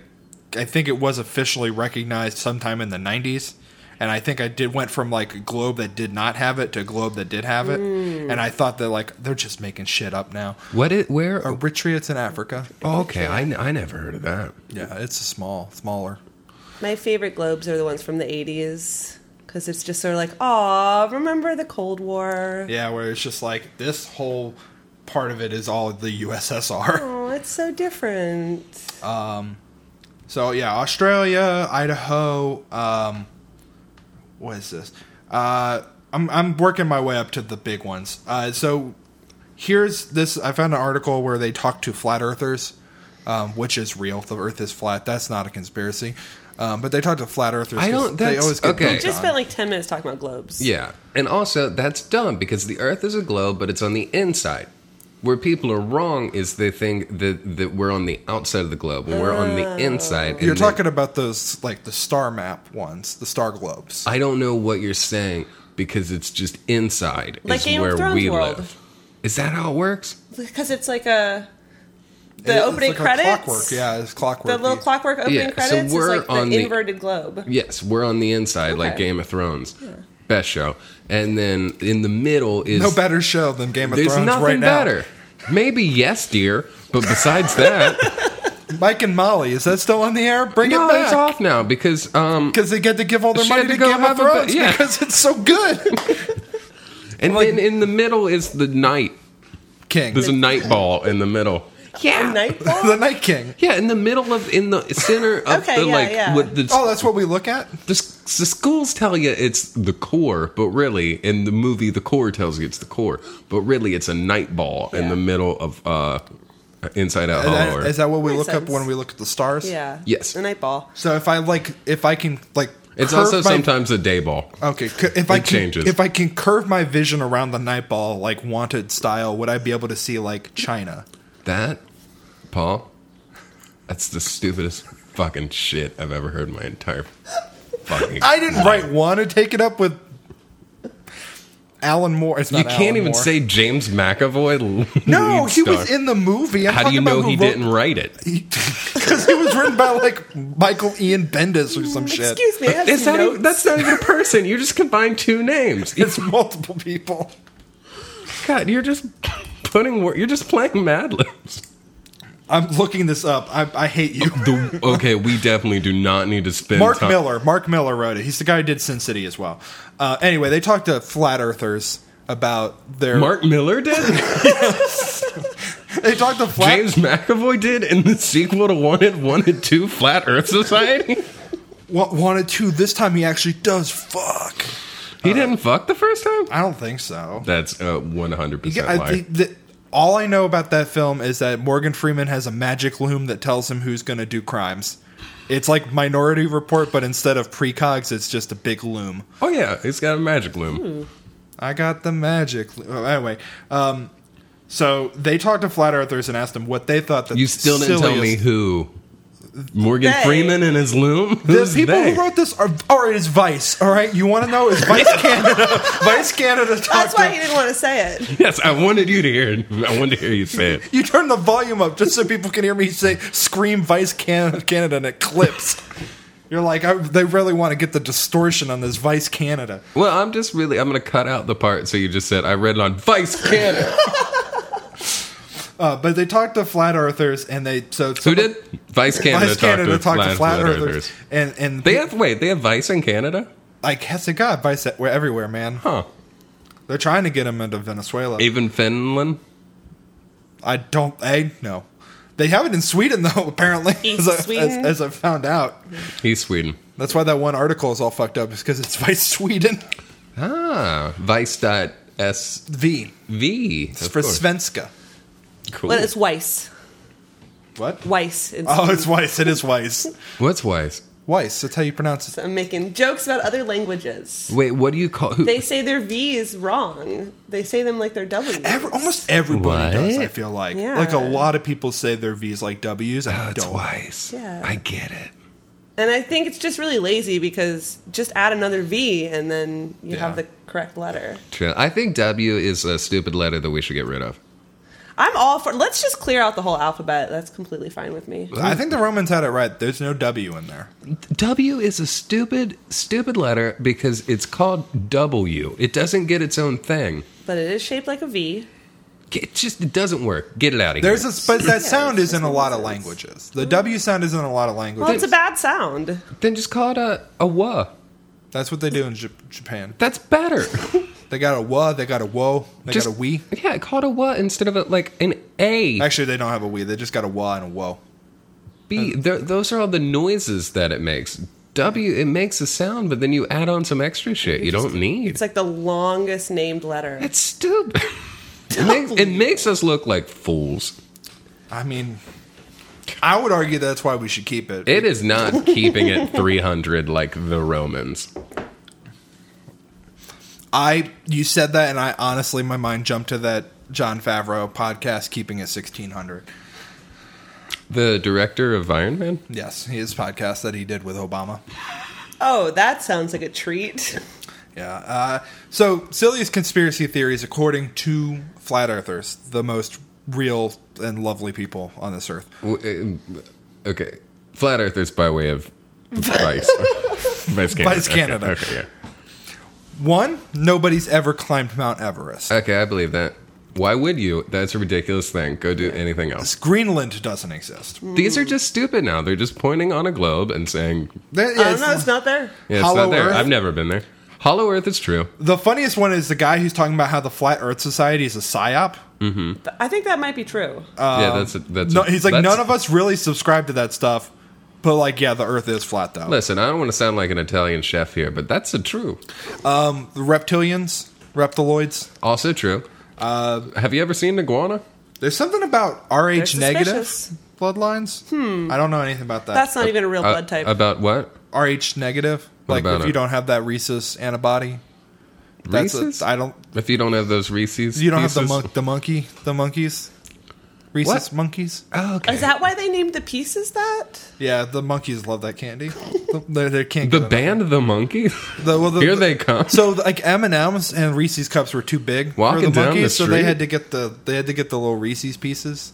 B: I think it was officially recognized sometime in the '90s, and I think I did went from like a globe that did not have it to a globe that did have it, and I thought that like they're just making shit up now.
A: What it? Where?
B: Eritrea, it's in Africa.
A: Oh, okay, I, n- I never heard of that.
B: Yeah, it's a small, smaller.
C: My favorite globes are the ones from the 80s because it's just sort of like, aw, remember the Cold War?
B: Yeah, where it's just like this whole part of it is all the USSR.
C: Oh, it's so different.
B: So yeah, Australia, Idaho. Um, what is this? Uh, I'm I'm working my way up to the big ones. Uh, so here's this. I found an article where they talk to flat earthers, um, which is real. The Earth is flat. That's not a conspiracy. Um, but they talk to flat earthers.
A: I
B: 'cause
A: don't- that's- okay.
B: dumped
C: Just
B: on.
C: spent like 10 minutes talking about globes.
A: Yeah. And also, that's dumb because the Earth is a globe, but it's on the inside. Where people are wrong is they think that, that we're on the outside of the globe and we're on
C: Oh.
A: the inside. and
B: You're
A: that-
B: talking about those like the star map ones, the star globes.
A: I don't know what you're saying because it's just inside
C: Like
A: is
C: Game of
A: where
C: Thrones
A: we
C: world.
A: live. Is that how it works?
C: Because it's like a.
B: It-
C: The
B: it's
C: opening
B: like a
C: credits.
B: Clockwork, yeah, it's clockwork.
C: The little clockwork opening
A: Yeah, so
C: credits
A: we're
C: is like
A: on
C: the
A: the-
C: inverted globe.
A: Yes, we're on the inside, like
C: Okay.
A: Game of Thrones. Best show. And then in the middle is
B: No better show than Game of
A: there's
B: Thrones
A: nothing
B: right now.
A: better. Maybe yes, dear, but besides that,
B: Mike and Molly, is that still on the air? Bring
A: no,
B: it back.
A: it's off now because um
B: because they get to give all their
A: She
B: money
A: had
B: to,
A: to go
B: Game of
A: have a ba-
B: Thrones
A: yeah.
B: because it's so good.
A: and then in the middle is the night.
B: King,
A: There's a night ball in the middle.
C: Yeah. Nightfall?
B: the Night King.
A: Yeah, in the middle of in the center of
C: Okay,
A: the
C: yeah,
A: like
C: yeah.
A: what the
B: Oh, that's what we look at.
A: the, s- the schools tell you it's the core, but really, in the movie, the core tells you it's the core, but really, it's a night ball in
C: Yeah.
A: the middle of uh, Inside Out
B: Is that-
A: Hollow.
B: is that what we
C: Makes
B: look up
C: sense.
B: when we look at the stars?
C: Yeah.
A: Yes.
C: The Nightball.
B: So if I like, if I can like,
A: it's
B: curve
A: also
B: my-
A: sometimes a day ball.
B: okay. c- If I
A: It
B: can,
A: changes.
B: if I can curve my vision around the night ball like wanted style, would I be able to see like China?
A: That, Paul, that's the stupidest fucking shit I've ever heard in my entire fucking.
B: I didn't write one to take it up with Alan Moore. It's not
A: you can't
B: Alan
A: even
B: Moore.
A: say James McAvoy.
B: No,
A: lead
B: he
A: star.
B: was in the movie. I'm
A: How do
B: talking
A: you
B: about
A: know
B: who
A: he
B: wrote-
A: didn't write it?
B: Because it was written by like Michael Ian Bendis or some shit.
C: Excuse me. I have
A: It's
C: some
A: not even,
C: notes.
A: that's not even a person. You just combined two names.
B: It's multiple people.
A: God, you're just putting wor- you're just playing Mad Libs.
B: I'm looking this up. I, I hate you.
A: The, okay, we definitely do not need to spend
B: Mark
A: time-
B: Miller. Mark Miller wrote it. He's the guy who did Sin City as well. Uh, anyway, they talked to flat earthers about their.
A: Mark Miller did.
B: They talked to flat.
A: James McAvoy did in the sequel to One and One and Two Flat Earth Society.
B: Wa- wanted to. This time he actually does. Fuck.
A: He didn't fuck the first time.
B: Uh, I don't think so.
A: That's one hundred percent
B: Yeah, I-
A: lie.
B: the- the- all I know about that film is that Morgan Freeman has a magic loom that tells him who's going to do crimes. It's like Minority Report, but instead of precogs, it's just a big loom.
A: Oh yeah, he's got a magic loom.
B: I got the magic. lo- oh, Anyway, um, so they talked to flat earthers and asked them what they thought. The
A: You still didn't tell me
B: silliest-
A: who. Morgan
C: They.
A: Freeman and his loom.
B: The
A: Who's
B: people
A: they?
B: who wrote this are all right. It's Vice. All right, you want to know? It's Vice Canada. Vice Canada talked.
C: That's why
B: to-
C: he didn't want to say it.
A: yes, I wanted you to hear. It. I wanted to hear you say it.
B: you turn the volume up just so people can hear me say scream Vice Canada, Canada and it clips. You're like, I, they really want to get the distortion on this Vice Canada.
A: Well, I'm just really I'm gonna cut out the part so you just said I read it on Vice Canada.
B: Uh, but they talked to flat earthers and they so
A: Who did? Vice Canada
B: Vice
A: talked
B: Canada
A: to,
B: talked
A: flat,
B: to flat
A: earthers.
B: earthers and and
A: They have wait, they have Vice in Canada?
B: I guess they got Vice e- everywhere, man.
A: Huh.
B: They're trying to get him into Venezuela.
A: Even Finland?
B: I don't. I no. They have it in Sweden though. Apparently,
C: In
B: as, I, as,
C: Sweden?
B: as I found out,
A: He's Sweden.
B: that's why that one article is all fucked up. Is because it's Vice Sweden
A: Ah. Vice dot S
B: V.
A: V.
B: It's for Svenska.
A: Cool.
C: Well, it's Weiss.
B: What?
C: Weiss. It's,
B: Oh, it's Weiss. It is Weiss.
A: What's Vice?
B: Weiss. That's how you pronounce it.
C: I'm making jokes about other languages.
A: Wait, what do you call who
C: They say their V's wrong. They say them like they're W's.
B: Every, almost everybody does. I
A: What?
B: feel like
C: Yeah.
B: like a lot of people say their V's like W's. and I
A: Oh, it's
B: don't.
A: Vice.
C: Yeah.
A: I get it.
C: and I think it's just really lazy because just add another V and then you
B: Yeah.
C: have the correct letter.
A: True. I think W is a stupid letter that we should get rid of.
C: I'm all for. Let's just clear out the whole alphabet. That's completely fine with me.
B: I think the Romans had it right. There's no W in there.
A: W is a stupid, stupid letter because it's called W. It doesn't get its own thing.
C: But it is shaped like a V.
A: It just it doesn't work. Get it out of
B: There's
A: here.
B: a, but that sound
D: it's-
B: is in a
D: it's
B: lot of
D: nonsense.
B: languages. The W sound is in a lot of
D: Well,
B: languages.
D: it's a bad sound.
A: then just call it a a wa.
B: That's what they do in J- Japan.
A: That's better.
B: They got a wa, they got a wo, they
A: Just
B: got a we.
A: Yeah, call it a wa instead of a, like an a.
B: Actually, they don't have a we. They just got a wa and a wo.
A: B. Th- those are all the noises that it makes. W. It makes a sound, but then you add on some extra shit you don't need.
D: It's like the longest named letter.
A: That's stupid. It makes, it makes us look like fools.
B: I mean, I would argue that's why we should keep it.
A: It is not keeping it 300 like the Romans.
B: I you said that, and I honestly, my mind jumped to that John Favreau podcast, keeping it sixteen hundred.
A: The director of Iron Man?
B: Yes, his podcast that he did with Obama.
D: Oh, that sounds like a treat.
B: Yeah. Uh, so, silliest conspiracy theories, according to flat earthers, the most real and lovely people on this earth.
A: W- uh, Okay. Flat Earthers by way of Vice. Vice Canada.
B: Vice
A: Okay,
B: Canada.
A: Okay, yeah.
B: One, nobody's ever climbed Mount Everest.
A: okay, I believe that. Why would you? That's a ridiculous thing. Go do anything else.
B: Greenland doesn't exist.
D: Mm.
A: These are just stupid now. They're just pointing on a globe and saying,
B: There
D: I
B: is-
D: don't know. Uh, It's not there.
A: yeah, it's
B: Hollow
A: not there.
B: Earth?
A: I've never been there. Hollow Earth is true.
B: the funniest one is the guy who's talking about how the Flat Earth Society is a psyop.
D: But I think that might be true.
A: yeah, that's a, that's.
B: Um, No,
A: a-
B: he's like,
A: that's-
B: none of us really subscribe to that stuff, but like, yeah, the Earth is flat though.
A: Listen, I don't want to sound like an Italian chef here, but that's a true.
B: The reptilians, reptiloids.
A: Also true. Uh, Have you ever seen an iguana?
B: There's something about RH
D: They're
B: negative
D: suspicious.
B: bloodlines. Hmm. I don't know anything about that.
D: That's not even a real blood
A: Uh,
D: type.
A: About what?
B: RH negative.
A: What
B: like
A: about
B: if
A: it?
B: you don't have that rhesus antibody, that's
A: Reese's?
B: A, I don't.
A: if you don't have those Reese's,
B: You don't have the
A: pieces-
B: monk, the monkey, the monkeys, rhesus
A: What?
B: monkeys.
A: Oh, okay.
D: Is that why they named the pieces that?
B: Yeah, the monkeys love that candy. they, they can't.
A: the
B: get enough.
A: band of the monkeys?
B: The- well, the-
A: Here
B: the-
A: they come.
B: So like M and M's and Reese's cups were too big for
A: Walking
B: the
A: down the
B: monkeys, so they
A: street.
B: had to get the they had to get the little Reese's pieces.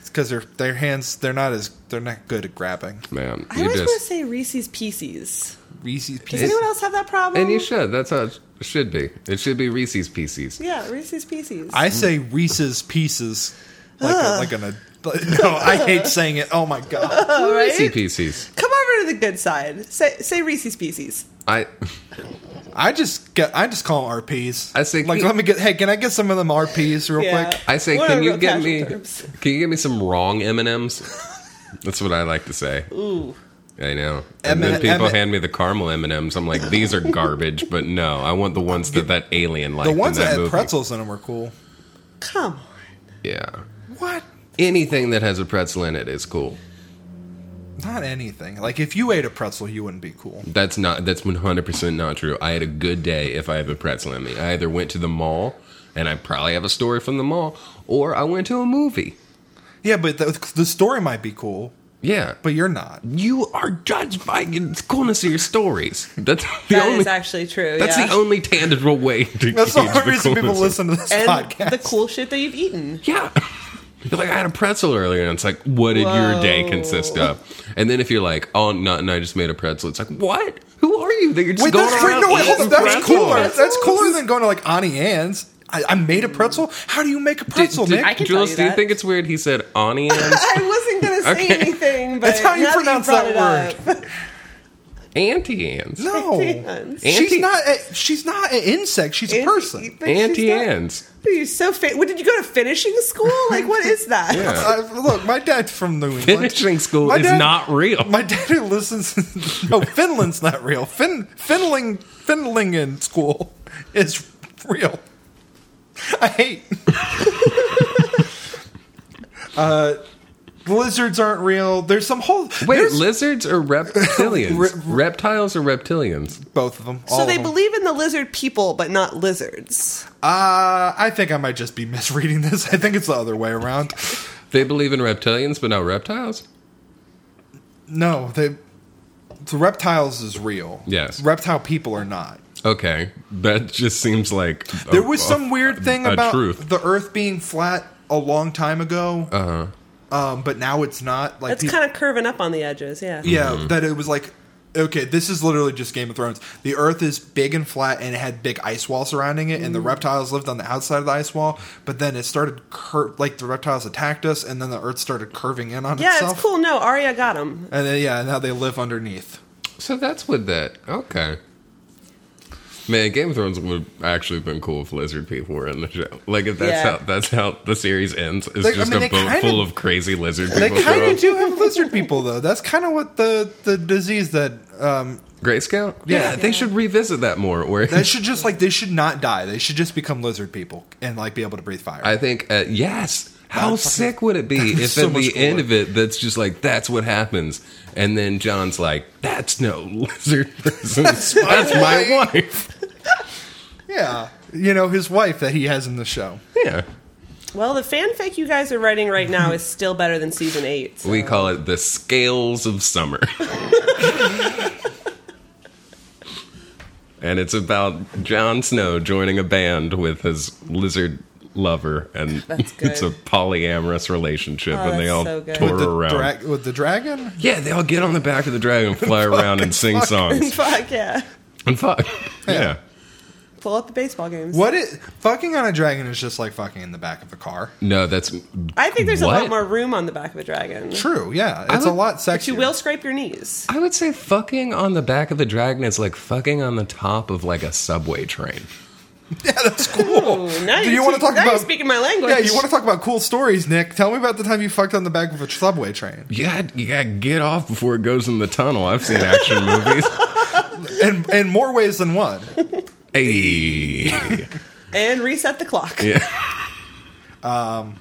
B: It's because their their hands they're not as they're not good at grabbing
A: Man,
D: I
A: you
D: always want to
A: just
D: say Reese's Pieces.
B: Reese's
D: Does
B: pieces.
D: anyone else have that problem?
A: and you should. That's how it should be. It should be Reese's Pieces.
D: Yeah, Reese's Pieces.
B: I say Reese's pieces like a, like an. ad- but No, I hate saying it. Oh my god!
D: All right.
A: Reese's Pieces.
D: Come over to the good side. Say say Reese's Pieces.
A: I
B: I just get I just call them RPs.
A: I say-
B: like let me get. Hey, can I get some of them RPs real
D: Yeah.
B: quick?
A: I say,
D: What
A: can
D: are
A: you
D: real
A: get
D: casual
A: me?
D: terms?
A: Can you get me some wrong M and M's? That's what I like to say. Ooh. I know. And
B: M-
A: then people
B: M-
A: hand me the caramel M and M's. I'm like, these are garbage. But no, I want the ones that that alien liked.
B: The ones
A: in that
B: that had
A: movie.
B: pretzels in them were cool.
D: Come on.
A: Yeah.
B: What?
A: Anything that has a pretzel in it is cool.
B: Not anything. Like if you ate a pretzel, you wouldn't be cool.
A: That's not. That's one hundred percent not true. I had a good day if I have a pretzel in me. I either went to the mall, and I probably have a story from the mall, or I went to a movie.
B: Yeah, but the, the story might be cool,
A: Yeah,
B: but you're not.
A: you are judged by the coolness of your stories. That's the
D: That is
A: only.
D: actually true.
A: That's
D: yeah.
A: the only tangible way to
B: That's the
A: gauge
B: only reason people
A: coolness of-
B: listen to this
D: and
B: podcast.
D: the cool shit that you've eaten.
A: Yeah. You're like, I had a pretzel earlier, and it's like, what did your day consist of? And then if you're like, oh, nothing, I just made a pretzel, it's like, what? Who are you that you're just
B: wait,
A: going
B: that's,
A: around
B: wait, no, wait, hold on,
A: eating
B: that's
A: pretzels?
B: cooler. That's
D: Pretzels?
B: cooler than going to like Auntie Anne's. I, I made a pretzel. How do you make a pretzel,
A: Mm. Did-
B: Nick?
D: I can tell
A: Jules,
D: you
A: do you
D: that.
A: think it's weird he said onions?
D: I wasn't gonna say
A: Okay.
D: anything, but
B: That's how you
D: now
B: pronounce
D: that, you
B: that
D: brought it
A: Auntie Anne's.
B: no,
D: Anne's.
A: Auntie-
B: she's not. A, she's not an insect. She's a
D: up.
B: person.
D: But she's
A: Auntie
D: not-
A: Anne's.
D: You're so fa- what, did you go to finishing school? Like, what is that?
A: Yeah.
B: I, look, my dad's from New England.
A: Finishing school
B: My
A: is
B: dad-
A: not real.
B: My dad who listens. no, Finland's not real. Fin Finling Finlingen school is real. I hate. uh, lizards aren't real. There's some whole.
A: Wait,
B: there's
A: lizards or reptilians?
B: Re-
A: Reptiles or reptilians?
B: both of them.
D: So they
B: believe.
D: believe in the lizard people, but not lizards.
B: Uh, I think I might just be misreading this. I think it's the other way around.
A: They believe in reptilians, but not reptiles.
B: No, they. The reptiles is real.
A: Yes.
B: Reptile people are not.
A: Okay, that just seems like a-
B: There was some
A: a-
B: weird thing
A: a
B: about
A: oh, uh, truth.
B: the Earth being flat a long time ago,
A: Uh huh.
B: um, but now it's not. Like
D: That's kind of curving up on the edges, yeah.
A: Mm-hmm.
B: yeah, that it was like Okay, this is literally just Game of Thrones. The Earth is big and flat, and it had big ice wall surrounding it, and
D: Mm.
B: the reptiles lived on the outside of the ice wall. But then it started cur- like the reptiles attacked us, and then the Earth started curving in on
D: Yeah,
B: itself.
D: it's cool. No, Arya got him.
B: And then, yeah, now they live underneath.
A: So that's what that. Okay. Man, Game of Thrones would actually have been cool if lizard people were in the show. Like if that's
D: Yeah.
A: how that's how the series ends. It's
B: Like, I
A: just
B: mean,
A: a
B: they
A: boat
B: kinda-
A: full of crazy lizard
B: They
A: people.
B: kind
A: show
B: of
A: up.
B: do have lizard people, though. That's kind of what the the disease that um
A: Grayscale.
B: Yeah.
A: Yeah, they should revisit that more. Where
B: that should just like they should not die. They should just become lizard people and like be able to breathe fire.
A: I think uh, yes. How
B: fucking-
A: sick would it be
B: That'd be
A: if
B: so
A: at
B: much
A: the end
B: cooler.
A: of it, that's just like that's what happens, and then John's like, "That's no lizard person. that's my wife."
B: yeah, you know his wife that he has in the show.
A: Yeah,
D: Well, the fanfic you guys are writing right now is still better than season eight. so-
A: we call it the scales of summer, and it's about Jon Snow joining a band with his lizard lover, and
D: That's good.
A: it's a polyamorous relationship,
D: Oh,
A: and they
D: that's
A: all
D: so good.
A: tour
B: With the,
A: around.
B: dra- with the dragon,
A: yeah, they all get on the back of the dragon, fly around, and sing songs.
D: Fuck yeah.
A: And fuck. Yeah.
D: Pull out the baseball games.
B: What is fucking on a dragon is just like fucking in the back of a car.
A: No, that's.
D: I think there's a
A: What?
D: lot more room on the back of a dragon.
B: True, yeah, it's a
A: would-
B: lot
D: But
B: sexier.
D: you will scrape your knees.
A: I would say fucking on the back of the dragon is like fucking on the top of like a subway train.
B: yeah, that's cool.
D: Ooh, now
B: Do
D: you
B: you want to talk
D: now you're
B: about?
D: speaking my language.
B: yeah, you want to talk about cool stories, Nick? Tell me about the time you fucked on the back of a subway train.
A: You got you got to get off before it goes in the tunnel. I've seen action movies.
B: in, in more ways than one.
A: Hey.
D: and reset the clock.
A: Yeah. Um.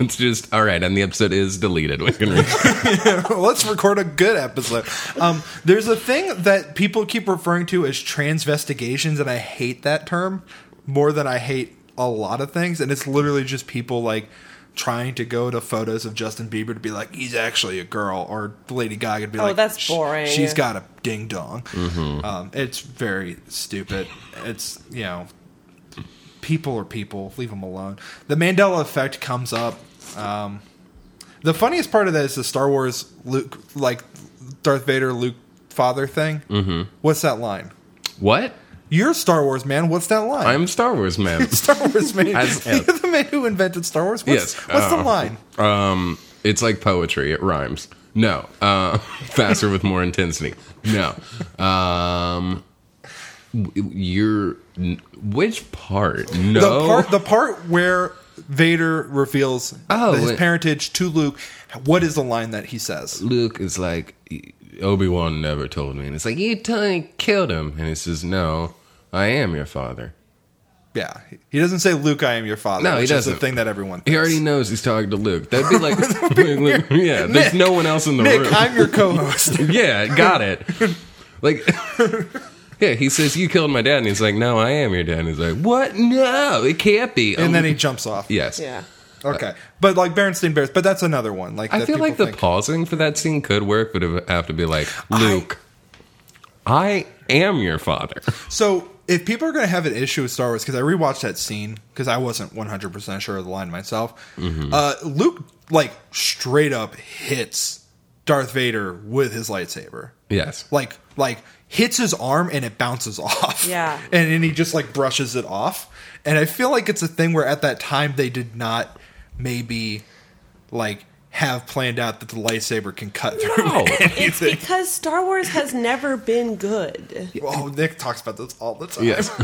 A: It's just all right, and the episode is deleted. We can re-
B: Let's record a good episode. Um, there's a thing that people keep referring to as transvestigations, and I hate that term more than I hate a lot of things. And it's literally just people like trying to go to photos of Justin Bieber to be like, he's actually a girl, or Lady Gaga to be
D: Oh,
B: like,
D: that's
B: "Sh-
D: boring."
B: She's got a ding dong. Um, it's very stupid. It's you know, people are people. Leave them alone. The Mandela effect comes up. Um, the funniest part of that is the Star Wars Luke, like Darth Vader, Luke father thing. Mm-hmm. What's that line?
A: what?
B: You're Star Wars man. What's that line?
A: I'm Star Wars man.
B: Star Wars man.
A: As-
B: You're the man who invented Star Wars. What's,
A: Yes.
B: What's the
A: Uh,
B: line?
A: Um, it's like poetry. It rhymes. No. Uh, faster with more intensity. No. Um, w- you're n- which part? No.
B: The part. The part where. Vader reveals
A: Oh,
B: his
A: it-
B: parentage to Luke. What is the line that he says?
A: Luke is like Obi Wan never told me, and it's like you totally killed him, and he says, "No, I am your father."
B: Yeah, he doesn't say, "Luke, I am your father."
A: No, he
B: which Is
A: doesn't.
B: the thing that everyone thinks.
A: He already knows he's talking to Luke. That'd be like, yeah. There's no one else in the
B: Nick,
A: room.
B: I'm your co-host.
A: yeah, got it. Like, yeah, he says, You killed my dad. And he's like, No, I am your dad. And he's like, What? No, it can't be. Um,
B: and then he jumps off.
A: Yes.
D: Yeah.
B: Okay, but like Bernstein Bears, but that's another one. Like
A: I
B: that
A: feel
B: people
A: like the
B: think-
A: pausing for that scene could work, but it would have to be like, Luke, I, am your father.
B: So if people are going to have an issue with Star Wars, because I rewatched that scene because I wasn't 100 percent sure of the line myself. Uh, Luke like straight up hits Darth Vader with his lightsaber.
A: Yes.
B: Like like hits his arm and it bounces off.
D: Yeah.
B: and then he just like brushes it off. And I feel like it's a thing where at that time they did not maybe like have planned out that the lightsaber can cut through.
A: No.
D: It's because Star Wars has never been good.
B: Oh, Nick talks about this all the time.
A: Yes.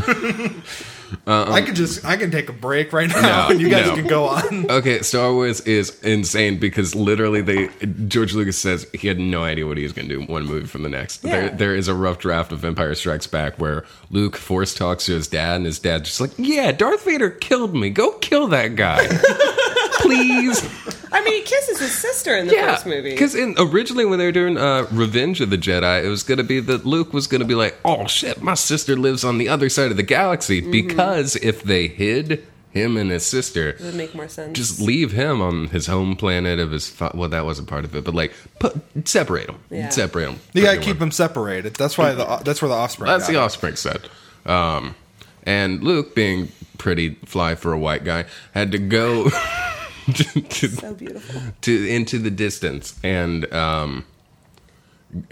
A: Um,
B: I could just I can take a break right now
A: No,
B: and you guys
A: no.
B: can go on.
A: Okay, Star Wars is insane because literally they George Lucas says he had no idea what he was going to do one movie from the next. There,
D: Yeah.
A: there is a rough draft of Empire Strikes Back where Luke force talks to his dad, and his dad's just like, "Yeah, Darth Vader killed me. Go kill that guy, please."
D: I mean, he kisses his sister in the
A: yeah,
D: first movie.
A: because originally when they were doing uh, Revenge of the Jedi, it was going to be that Luke was going to be like, "Oh shit, my sister lives on the other side of the galaxy,"
D: Mm-hmm.
A: because if they hid him and his sister,
D: It would make more sense.
A: just leave him on his home planet of his. fa- Well, that wasn't part of it, but like put, separate them.
D: Yeah.
A: Separate them.
B: You gotta keep them separated. That's why the that's where the offspring.
A: That's the
B: got it.
A: offspring said. Um, and Luke, being pretty fly for a white guy, had to go to, to,
D: so beautiful.
A: to into the distance and um,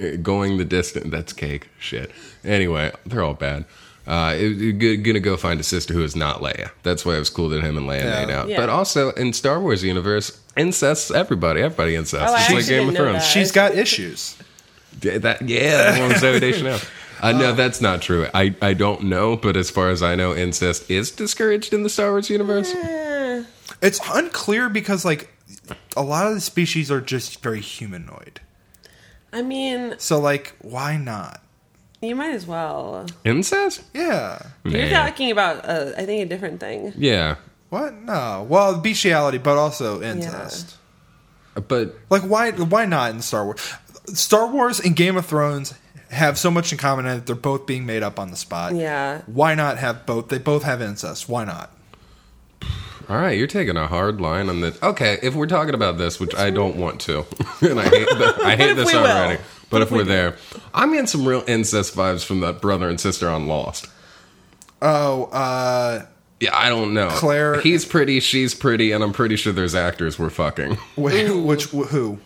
A: uh, going the distance. That's cake. Shit. Anyway, they're all bad. Uh, it, it- g- gonna go find a sister who is not Leia. That's why it was cool that him and Leia
B: Yeah.
A: made out.
D: Yeah.
A: But also in Star Wars universe, incests everybody. Everybody incests.
D: Oh, I
A: it's like
D: actually
A: Game of
D: didn't know
A: Thrones.
D: that.
B: She's got issues.
A: Yeah, That, yeah, the one with Zoe Deschanel. Uh,
D: Oh.
A: no, that's not true. I, I don't know, but as far as I know, incest is discouraged in the Star Wars universe.
D: Eh,
B: It's unclear because like a lot of the species are just very humanoid.
D: I mean,
B: So like, why not?
D: you might as well.
A: Incest?
B: Yeah.
D: You're
A: Nah.
D: talking about, uh, I think, a different thing.
A: Yeah,
B: What? No. Well, bestiality, but also incest.
A: but
B: Like why why not in Star Wars? Star Wars and Game of Thrones have so much in common that they're both being made up on the spot.
D: Yeah.
B: Why not have both? They both have incest. Why not?
A: all right, you're taking a hard line on the. Okay, if we're talking about this, which I don't want to, and I hate the, I hate
D: if
A: this
D: we will?
A: already. But if we're there, I'm getting some real incest vibes from that brother and sister on Lost.
B: Oh, uh
A: Yeah, I don't know.
B: Claire-
A: he's pretty, she's pretty, and I'm pretty sure there's actors we're fucking.
B: wait, which who?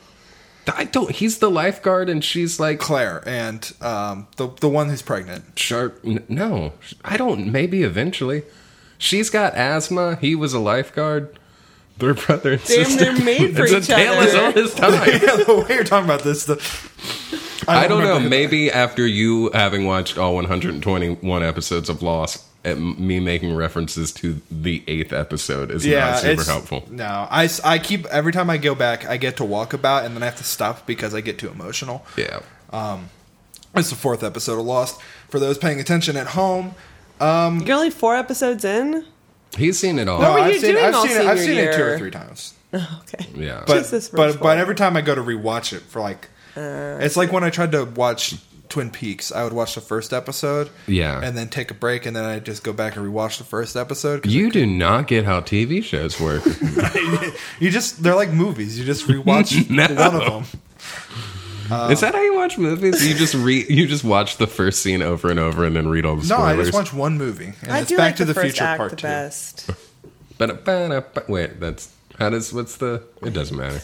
A: I don't. He's the lifeguard, and she's like
B: Claire and um the the one who's pregnant.
A: sharp. N- no, I don't. Maybe eventually, she's got asthma. He was a lifeguard. They're brother and
D: Damn,
A: sister.
D: they're made for
A: it's
D: each
A: a tale as
D: other.
A: old as time.
B: yeah, the way you're talking about this, the
A: I don't know.
B: remember the-
A: Maybe after you having watched all 121 episodes of Lost, at m- me making references to the eighth episode is
B: yeah,
A: not super
B: it's-
A: helpful.
B: No, I, s- I keep every time I go back, I get to walk about, and then I have to stop because I get too emotional.
A: Yeah.
B: It's the fourth episode of Lost. For those paying attention at home,
D: You're only four episodes in?
A: He's seen it all.
D: No, were you
B: I've seen,
D: doing
B: I've
D: all
B: seen it, I've seen
D: senior
B: it two or
D: year?
B: three times.
D: Okay.
A: yeah.
B: But
D: Just this first Uh.
B: but
D: one.
B: but every time I go to rewatch it for like, it's like when I tried to watch Twin Peaks. I would watch the first episode,
A: Yeah.
B: and then take a break, and then I just go back and rewatch the first episode. 'cause
A: you do not get how TV shows work.
B: you just they're like movies. You just rewatch
A: No.
B: one of them.
A: Is that how you watch movies? You just re you just watch the first scene over and over and then read all the
B: No,
A: spoilers.
B: I just watch one movie, and
D: I
B: it's
D: do
B: Back
D: like
B: to
D: the,
B: the,
D: first
B: Future
D: act
B: Part
D: the
B: Two.
D: best.
A: Ba-da-ba-da-ba- Wait, that's how does what's the? It doesn't matter.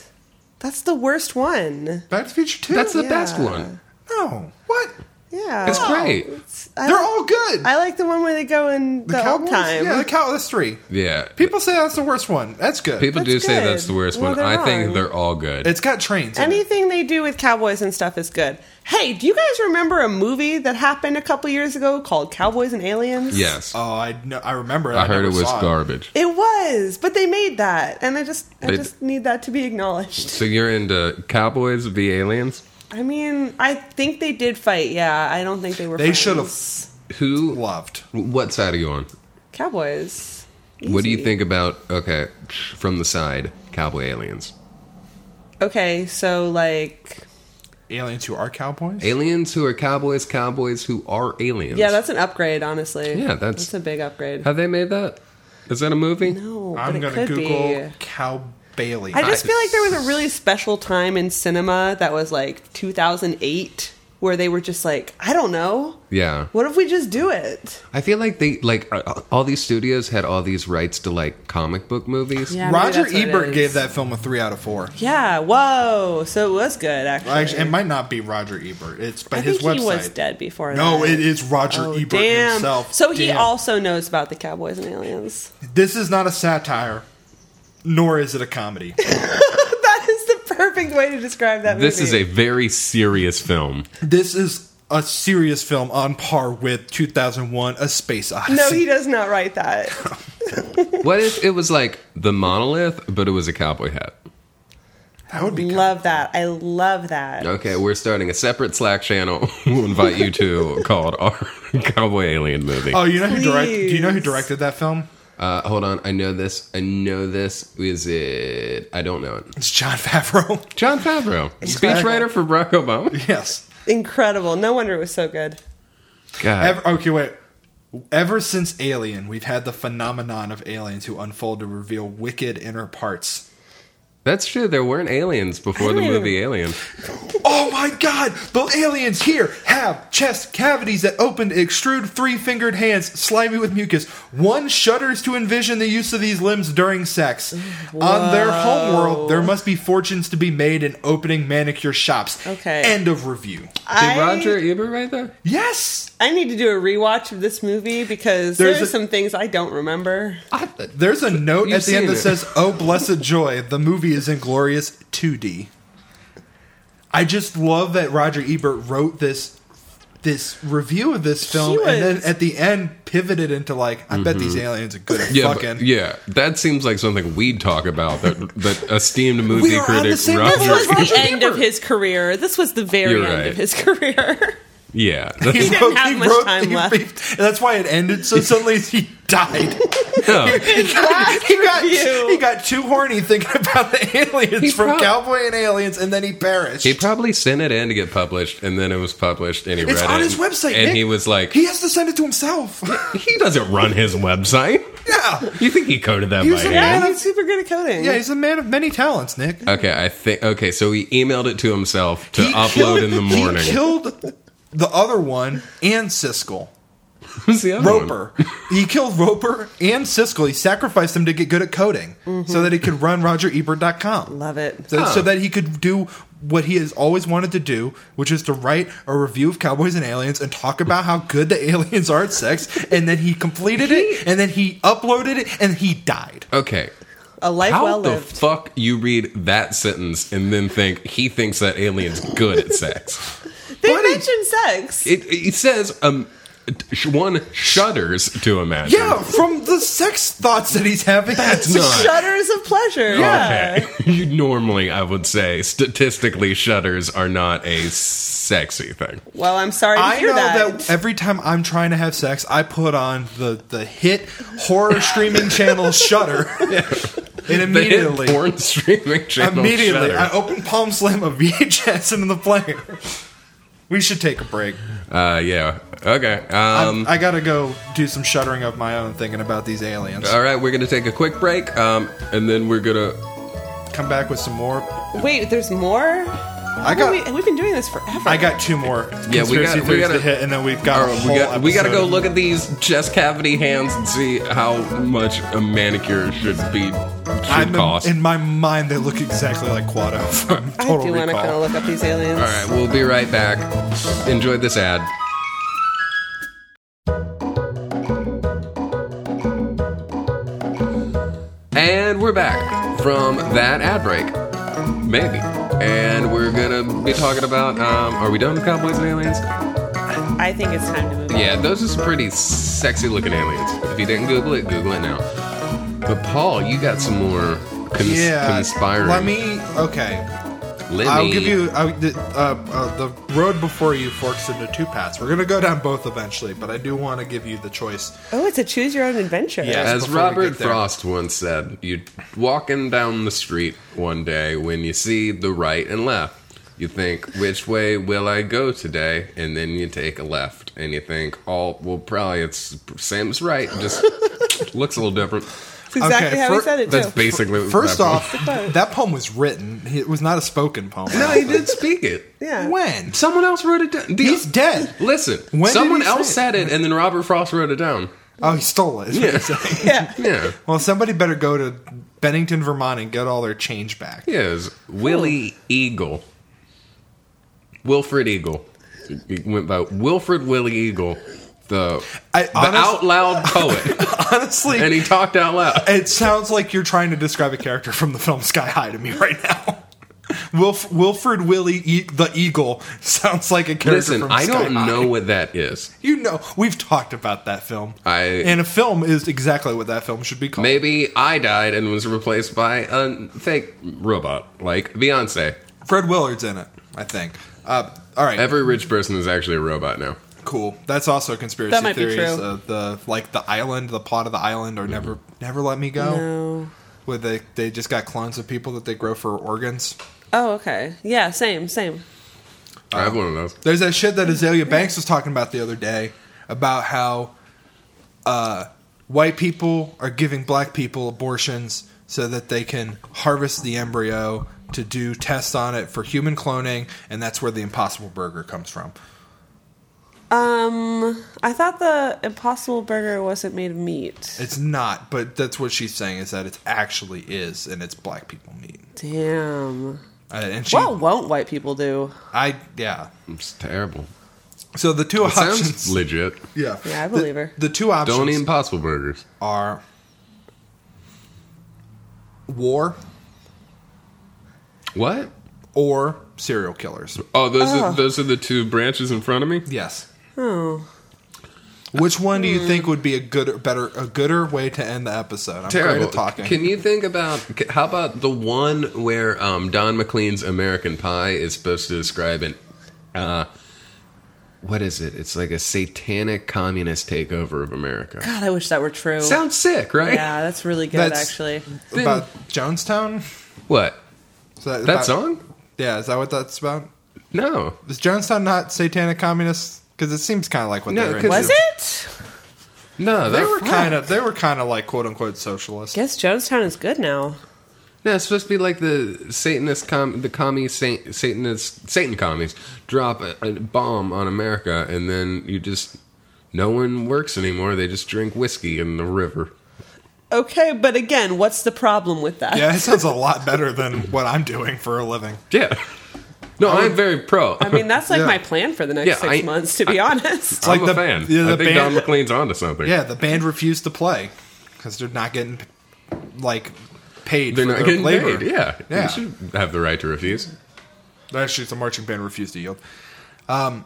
D: That's the worst one.
B: Back to the Future Two.
A: That's the
D: Yeah. Oh.
A: best one.
B: no what
D: Yeah.
A: It's great.
D: It's- I
B: they're
D: like-
B: all good.
D: I like the one where they go in the, old
B: Cowboys-
D: time.
B: Yeah, the Cowboys three.
A: Yeah,
B: People say that's the worst one. That's good.
A: people do
D: That's
A: say
D: good.
A: that's the worst
D: Well,
A: one.
D: they're
A: I think
D: wrong.
A: they're all good.
B: it's got trains. in it.
D: Anything they do with cowboys and stuff is good. Hey, do you guys remember a movie that happened a couple years ago called Cowboys and Aliens?
A: yes,
B: Oh, I know, I remember. It.
A: I heard
B: never
A: it was
B: saw
A: garbage.
D: It was, but they made that, and I just, I
A: They-
D: just need that to be acknowledged.
A: So you're into Cowboys v Aliens?
D: I mean, I think they did fight. Yeah, I don't think they were.
B: They should have
D: friends.
A: Who?
B: loved.
A: What side are you on?
D: Cowboys.
A: What do you
D: Easy.
A: think about? Okay, from the side, Cowboy Aliens.
D: Okay, so like,
B: Aliens who are cowboys.
A: Aliens who are cowboys, cowboys who are aliens.
D: yeah, that's an upgrade, honestly.
A: Yeah, that's-
D: a big upgrade.
A: Have they made that? Is that a movie?
D: No, but
B: I'm
D: it
B: gonna
D: could
B: Google
D: be.
B: cow Bailey.
D: I just feel like there was a really special time in cinema that was like 2008 where they were just like, I don't know.
A: Yeah.
D: What if we just do it?
A: I feel like they like uh, all these studios had all these rights to like comic book movies.
D: Yeah. maybe
B: Roger
D: that's what it
B: Ebert
D: is.
B: gave that film a three out of four.
D: Yeah. Whoa. So it was good, actually.
B: Actually, it might not be Roger Ebert. It's by
D: I
B: his
D: think
B: website.
D: he was dead before.
B: No,
D: that.
B: it is Roger
D: Oh,
B: Ebert
D: damn.
B: himself.
D: So he
B: Damn.
D: also knows about the Cowboys and Aliens.
B: This is not a satire, nor is it a comedy.
D: that is the perfect way to describe that
A: This is
D: movie.
A: a very serious film.
B: this is a serious film on par with 2001: A Space Odyssey.
D: No, he does not write that.
B: Oh
A: What if it was like the monolith, but it was a cowboy hat?
B: that would be
D: love that. I love that.
A: Okay, we're starting a separate Slack channel. we'll invite you to called our cowboy alien movie.
B: Oh, you know who directed? Do you know who
D: Please.
B: directed that film?
A: Uh, hold on, I know this. I know this. Is it? I don't know it.
B: It's John Favreau.
A: John Favreau, speechwriter for Barack Obama.
B: yes.
D: Incredible. No wonder it was so good.
A: God,
B: Ever, okay, wait. Ever since Alien, we've had the phenomenon of aliens who unfold to reveal wicked inner parts.
A: That's true. There weren't aliens before the
C: don't even-
A: movie Alien.
B: Oh my god! The aliens here have chest cavities that open to extrude three fingered hands, slimy with mucus. One shudders to envision the use of these limbs during sex. On their homeworld, there must be fortunes to be made in opening manicure shops.
D: Okay.
B: End of review.
A: Did
D: I,
A: Roger Ebert write that?
B: Yes!
D: I need to do a rewatch of this movie because
B: There's
D: there's
B: a-
D: some things I don't remember.
A: I,
B: There's a note
A: You've
B: at the end
A: seen
B: that
A: it.
B: says, Oh, blessed joy, the movie is inglorious 2D. I just love that Roger Ebert wrote this this review of this film
D: He
B: and then
D: was-
B: at the end pivoted into like, I bet these aliens are good at
A: Mm-hmm. yeah, but-
B: fucking.
A: yeah, that seems like something we'd talk about. That that esteemed movie
B: We are on the
A: critic
B: same
A: Roger.
B: level as
D: This was the
B: Roger
D: end of his career. This was the very
A: You're
D: end
A: right.
D: of his career.
A: Yeah,
B: He
D: didn't have much time
B: he-
D: left.
B: he- and that's why it ended so suddenly he died.
A: no.
B: he, got, he, got,
D: review.
B: he got too horny thinking about the aliens
A: He
B: from
A: prob-
B: Cowboy and Aliens and then he perished.
A: He probably sent it in to get published, and then it was published, and he
B: it's
A: read
B: on
A: it,
B: his website.
A: and
B: Nick.
A: he was like,
B: He has to send it to himself.
A: "He doesn't run his website.
B: yeah.
A: You think he coded that
B: He
A: by
B: was a
A: hand?"
B: man
D: He's super good at coding.
B: Yeah, he's a man of many talents, Nick.
A: Okay, I think okay. So he emailed it to himself to
B: He
A: upload
B: killed-
A: in the morning.
B: He killed the other one and Siskel.
A: Who's the other one?
B: Roper. he killed Roper and Siskel. He sacrificed them to get good at coding so that he could run RogerEbert.com.
D: Love it.
B: So, so
A: Oh.
B: that he could do what he has always wanted to do, which is to write a review of Cowboys and Aliens and talk about how good the aliens are at sex. And then he completed it, and then he uploaded it, and he died.
A: Okay.
D: A life
A: How
D: well
A: the
D: lived.
A: fuck you read that sentence and then think he thinks that alien's good at sex?
D: they
B: Buddy.
D: mentioned sex.
A: It, it says um, sh- one shudders to imagine.
B: Yeah, from the sex thoughts that he's having.
A: That's not
D: Shudders of pleasure. Yeah.
A: Okay. You normally, I would say, statistically, shudders are not a sexy thing.
D: Well, I'm sorry to
B: I
D: hear
B: know
D: that.
B: that. every time I'm trying to have sex, I put on the, the hit horror streaming channel Shutter, and
A: The hit
B: immediately,
A: porn streaming channel.
B: immediately,
A: Shudder.
B: I open Palm Slam a VHS into the player. We should take a break.
A: uh, yeah. Okay. Um,
B: I gotta go do some shuttering of my own, thinking about these aliens.
A: all right. We're gonna take a quick break, um, and then we're gonna.
B: Come back with some more.
D: Wait, there's more?
B: I
D: How
B: got.
D: we, we've been doing this forever.
B: I got two more
A: Yeah, we
B: conspiracy
A: got- we
B: theories
A: gotta-
B: to hit, and then we've got.
A: all
B: a
A: right,
B: whole
A: we got. We gotta go
B: episode.
A: look at these chest cavity hands and see how much a manicure should be should
B: I'm
A: cost.
B: in, in my mind, they look exactly like Quado from
D: I
B: Total
D: do want to
B: Recall.
D: kind of look up these aliens.
A: all right. We'll be right back. Enjoy this ad. And we're back from that ad break. Maybe. And we're gonna be talking about um, are we done with Cowboys and Aliens?
D: I think it's time to move on.
A: Yeah, those are some pretty sexy looking aliens. If you didn't Google it, Google it now. But Paul, you got some more cons-
B: yeah,
A: conspiring.
B: Let me. Okay,
A: Let
B: I'll
A: me-
B: give you I, the, uh, uh, the road before you forks into two paths. We're gonna go down both eventually, but I do want to give you the choice.
D: Oh, it's a choose your own adventure.
B: Yeah.
A: As
B: before we
A: Robert
B: get there.
A: Frost once said, you're walking down the street one day when you see the right and left. You think, which way will I go today? And then you take a left and you think, oh, well, probably it's same as right, just looks a little different.
D: That's exactly
B: Okay,
D: how he
B: fir-
D: said it,
A: That's
D: too.
A: basically what
B: First
A: that was.
B: off, that poem was written. It was not a spoken poem.
A: No, he did speak it.
D: yeah.
B: When
A: Someone else wrote it down. The-
B: he's dead.
A: Listen,
B: When did
A: someone
B: he say
A: else
B: it?
A: said it, and then Robert Frost wrote it down.
B: Oh, he stole it.
A: Yeah.
D: Yeah.
A: yeah.
B: Well, somebody better go to Bennington, Vermont, and get all their change back.
A: He is Willie Eagle. Wilfred Eagle. He went by Wilfred Willie Eagle, the,
B: I
A: the
B: honest-
A: out loud poet.
B: Honestly,
A: and he talked out loud.
B: It sounds like you're trying to describe a character from the film Sky High to me right now. Wilf- Wilfred Willie e- the Eagle sounds like a character
A: Listen,
B: from
A: I
B: Sky
A: don't
B: High.
A: know what that is.
B: You know, we've talked about that film.
A: I-
B: and a film is exactly what that film should be called.
A: Maybe I died and was replaced by a fake robot, like Beyonce.
B: Fred Willard's in it, I think. Uh, all right,
A: Every rich person is actually a robot now.
B: cool. That's also a conspiracy
D: That might be
B: theories.
D: true.
B: Uh, the like the island, the plot of the island, or never, never let me go.
D: No.
B: Where they they just got clones of people that they grow for organs.
D: Oh, okay. Yeah, same, same.
A: I have one of those.
B: There's that shit that Azalea Banks was talking about the other day about how uh, white people are giving black people abortions so that they can harvest the embryo to do tests on it for human cloning, and that's where the Impossible Burger comes from.
D: Um, I thought the Impossible Burger wasn't made of meat.
B: It's not, but that's what she's saying is that it actually is, and it's black people meat.
D: Damn.
B: Uh, and she,
D: What won't white people do?
B: I yeah.
A: It's terrible.
B: So the two
A: It sounds
B: options,
A: legit.
B: yeah,
D: Yeah, I believe her.
B: The, the two options
A: Don't eat Impossible Burgers.
B: are war
A: What?
B: or serial killers.
A: Oh, those are those are the two branches in front of me.
B: Yes.
D: Oh.
B: Which one do you think would be a good, better, a gooder way to end the episode? I'm great
A: Terrible.
B: at talking.
A: Can you think about c- how about the one where um, Don McLean's American Pie is supposed to describe an uh, what is it? It's like a satanic communist takeover of America.
D: God, I wish that were true.
A: Sounds sick, right?
D: yeah, that's really good,
B: That's-
D: actually.
B: about Jonestown?
A: What?
B: Is that,
A: That
B: about-
A: song?
B: Yeah, is that what that's about?
A: No.
B: Is Jonestown not satanic communist? Because it seems kind of like what
A: No,
B: they were.
A: 'cause-
B: Into.
D: Was it?
A: No,
B: They
A: that-
B: were kind of they were kind of like quote unquote socialist.
D: Guess Jonestown is good now.
A: No, it's supposed to be like the Satanist, com- the commie, Sat- Satanist, Satan commies drop a, a bomb on America, and then you just no one works anymore. They just drink whiskey in the river.
D: Okay, but again, what's the problem with that?
B: Yeah, it sounds a lot better than what I'm doing for a living.
A: Yeah. No, I'm very pro.
D: I mean, that's like
B: Yeah.
D: my plan for the next
A: Yeah,
D: six
A: I-
D: months, to be honest.
A: I'm
B: like the-
A: a fan.
B: yeah, the
A: I think
B: band-
A: Don McLean's onto something.
B: Yeah, the band refused to play because they're not getting like paid.
A: They're
B: for
A: not
B: their
A: getting
B: labor.
A: paid. Yeah.
B: Yeah.
A: You should have the right to refuse.
B: Actually, it's a marching band refused to yield. Um,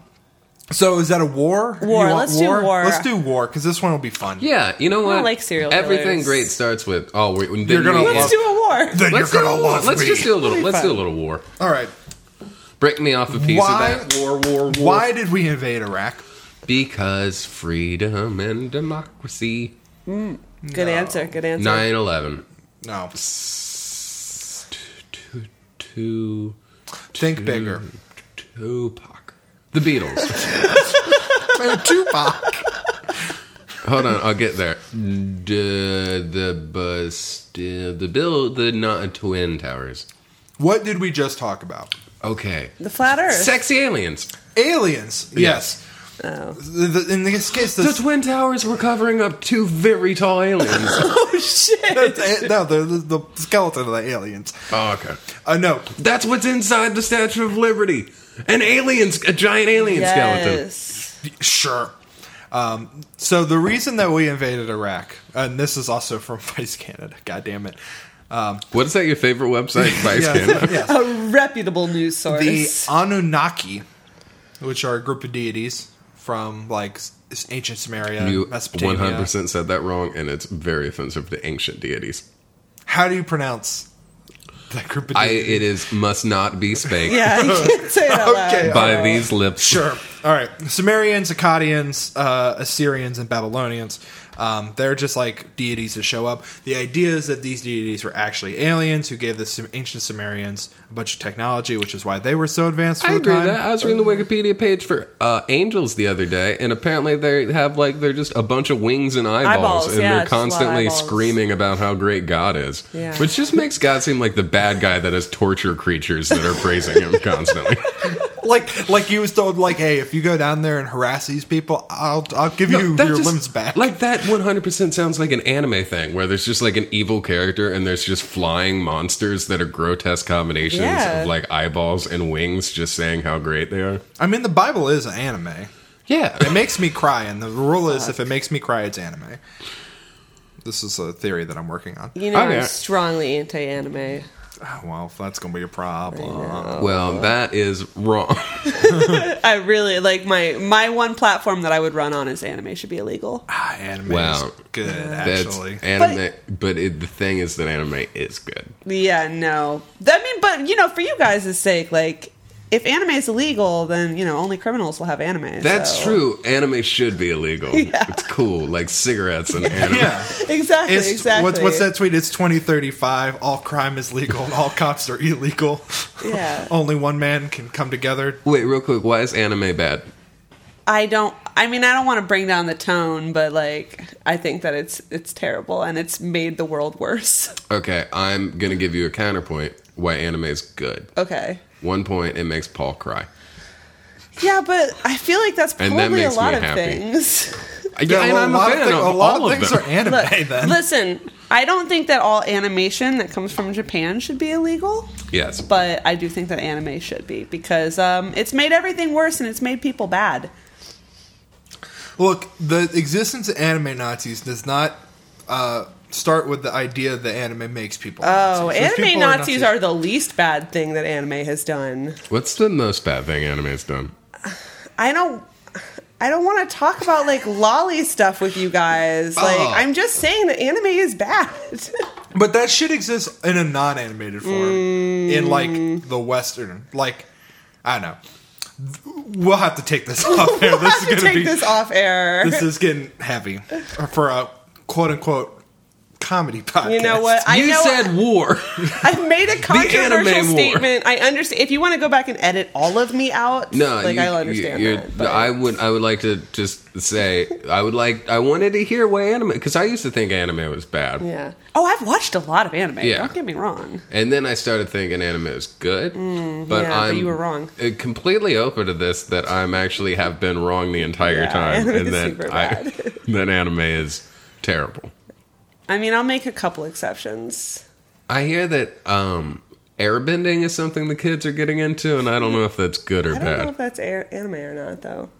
B: so is that a war? You
D: War,
B: want
D: let's do war.
B: Let's do war because this one will be fun.
A: Yeah. You know what?
D: like serial
A: Everything
D: killers.
A: great starts with, oh, we, didn't
B: You're gonna
A: we-
B: love-
D: Let's do a war.
B: Then
A: Let's, do
B: you're
A: a
B: gonna
A: war.
B: love
A: let's
B: me.
A: just do a little. Let's
D: fun.
A: do a little war.
B: All right.
A: Break me off a piece
B: Why?
A: of that war, war, war.
B: Why did we invade Iraq?
A: Because freedom and democracy.
D: Good answer. Good answer.
A: 9 11.
B: No.
A: Think
B: Think bigger.
A: Tupac. The Beatles.
B: Tupac.
A: Hold on, I'll get there. The the bus, the, the bill, the not uh, twin towers.
B: What did we just talk about?
A: Okay.
D: The flat Earth.
A: Sexy aliens.
B: Aliens. Yes.
D: oh.
B: The- the- in this case,
A: The
B: this,
A: twin towers were covering up two very tall aliens.
D: oh shit!
B: the, no, the, the, the skeleton of the aliens.
A: oh, okay.
B: Uh, no,
A: That's what's inside the Statue of Liberty. An alien's a giant alien skeleton.
D: Yes.
B: Sure. Um, so the reason that we invaded Iraq, and this is also from Vice Canada. God damn it. Um,
A: What is that your favorite website, Vice
B: yes,
A: Canada?
B: yes.
D: A reputable news source.
B: The Anunnaki, which are a group of deities from like s- ancient Samaria,
A: You
B: Mesopotamia.
A: 100% said that wrong, and it's very offensive to ancient deities.
B: How do you pronounce that group of
A: I,
B: deities?
A: it is must not be spake
D: yeah, you can't say it out loud.
B: Okay.
A: by these lips.
B: Sure. All right. Sumerians, Akkadians, uh, Assyrians, and Babylonians. Um, they're just like deities that show up. The idea is that these deities were actually aliens who gave the Sum- ancient Sumerians a bunch of technology, which is why they were so advanced. For
A: I
B: the
A: agree
B: time.
A: with that. I was reading the Wikipedia page for uh, angels the other day, and apparently they have like they're just a bunch of wings and eyeballs,
D: Eyeballs,
A: and
D: yeah,
A: they're
D: just a lot of
A: constantly
D: eyeballs.
A: screaming about how great God is,
D: Yeah.
A: which just makes God seem like the bad guy that has torture creatures that are praising him constantly.
B: Like, like you was told, like, hey, if you go down there and harass these people, I'll, I'll give you
A: That
B: your
A: just-
B: limbs back.
A: Like that 100% sounds like an anime thing where there's just like an evil character and there's just flying monsters that are grotesque combinations
D: Yeah.
A: of like eyeballs and wings just saying how great they are.
B: I mean, the Bible is an anime.
A: Yeah.
B: It makes me cry, and the rule is, if it makes me cry, it's anime. This is a theory that I'm working on.
D: You know,
A: Okay.
D: I'm strongly anti-anime.
B: Oh, well, that's gonna be a problem.
A: Well, that is wrong.
D: I really like my my one platform that I would run on is anime should be illegal.
B: Ah, anime
A: Wow.
B: is good,
A: That's
B: actually.
A: anime, but, it, the thing is that anime is good.
D: Yeah, no. I mean, but you know, for you guys' sake, like if anime is illegal, then you know only criminals will have anime.
A: That's
D: so-
A: true. Anime should be illegal.
D: Yeah.
A: It's cool, like cigarettes and anime.
B: yeah.
D: Exactly.
B: It's,
D: exactly.
B: What's, what's that tweet? It's 2035. All crime is legal and all cops are illegal.
D: Yeah.
B: Only one man can come together.
A: Wait, real quick, why is anime bad?
D: I don't. I mean, I don't want to bring down the tone, but like, I think that it's it's terrible and it's made the world worse.
A: Okay, I'm gonna give you a counterpoint why anime is good.
D: Okay.
A: One point, it makes Paul cry.
D: Yeah, but I feel like that's
A: And
D: probably
A: that makes
D: a lot
A: me
D: of
A: happy.
D: things.
A: Yeah, and
B: well,
A: I'm
B: a lot,
A: a fan
B: of, thi-
A: of
B: a lot
A: all
B: of
A: of
B: things
A: them.
B: are anime.
D: Look,
B: then
D: listen, I don't think that all animation that comes from Japan should be illegal,
A: Yes,
D: but I do think that anime should be because um, it's made everything worse and it's made people bad.
B: Look, the existence of anime Nazis does not uh, start with the idea that anime makes people.
C: Oh,
B: Nazis. Those
C: anime
B: people are
C: Nazis are the least bad thing that anime has done.
A: What's the most bad thing anime's done?
C: I don't. I don't want to talk about like lolly stuff with you guys. Like,
B: Oh.
C: I'm just saying that anime is bad.
B: But that shit exists in a non-animated form in like the Western, like I don't know. We'll have to take this off there.
C: I
B: this
C: have to
B: is gonna
C: take
B: be
C: this off air.
B: this is getting heavy for a quote unquote comedy podcast.
C: You know what? I
A: you
C: know
A: said war.
C: I made a controversial
A: anime war.
C: statement. I understand. If you want to go back and edit all of me out,
A: No,
C: like
A: you-
C: I'll understand
A: you- you're-
C: that. but-
A: I would. I would like to just say. I would like. I wanted to hear why anime because I used to think anime was bad,
C: yeah.
D: Oh, I've watched a lot of anime.
A: Yeah.
D: Don't get me wrong.
A: and then I started thinking anime is good. but
D: Mm, yeah, but
A: I'm
D: you were wrong.
A: uh, Completely open to this that I'm actually have been wrong the entire
D: Yeah,
A: time,
D: anime
A: and
D: is
A: that
D: super
A: I,
D: bad.
A: that anime is terrible.
D: I mean, I'll make a couple exceptions.
A: I hear that um, airbending is something the kids are getting into, and I don't know if that's good or
D: I don't know if
A: bad.
D: that's air- anime or not, though.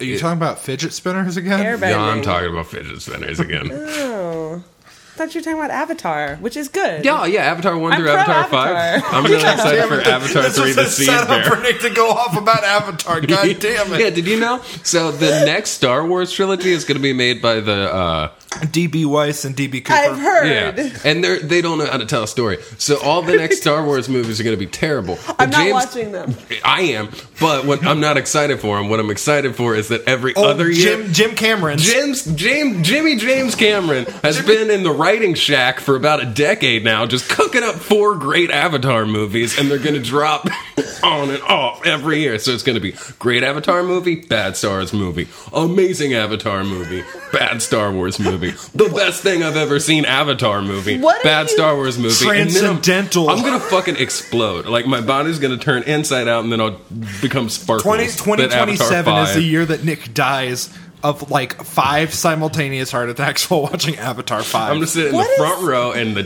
B: Are you talking about fidget spinners again?
D: Air-
A: Yeah, I'm
D: Airbending.
A: talking about fidget spinners again.
D: Oh, I thought you were talking about Avatar, which is good.
A: Yeah, yeah, Avatar 1
D: I'm
A: through
D: pro
A: Avatar 5.
D: Avatar.
A: I'm really excited for Avatar
B: This
A: 3
B: was
A: The
B: a
A: Sea
B: setup for
A: Bear.
B: Nick to go off about Avatar. God damn
A: yeah,
B: it!
A: did you know? So the next Star Wars trilogy is going to be made by the uh
B: DB Weiss and DB Cooper.
C: I've heard.
A: yeah, and they they don't know how to tell a story. So all the next Star Wars movies are going to be terrible.
D: I'm not watching them.
A: I am, but what I'm not excited for, and what I'm excited for is that every
B: Oh,
A: other year,
B: Jim Jim Cameron.
A: James, James, Jimmy James Cameron has been in the writing shack for about a decade now, just cooking up four great Avatar movies, and they're going to drop on and off every year. So it's going to be great Avatar movie, bad Star Wars movie, amazing Avatar movie, bad Star Wars movie, the best thing I've ever seen Avatar movie,
D: What are
A: bad
D: you-
A: Star Wars movie, and then I'm-
B: Transcendental.
A: I'm, going to fucking explode. Like my body's going to turn inside out, and then I'll become sparkles.
B: 20,
A: that Avatar
B: 2027 is
A: 5.
B: the year that Nick dies of like five simultaneous heart attacks while watching Avatar 5.
A: I'm gonna sit in
D: What
A: the
D: is-
A: front row in the,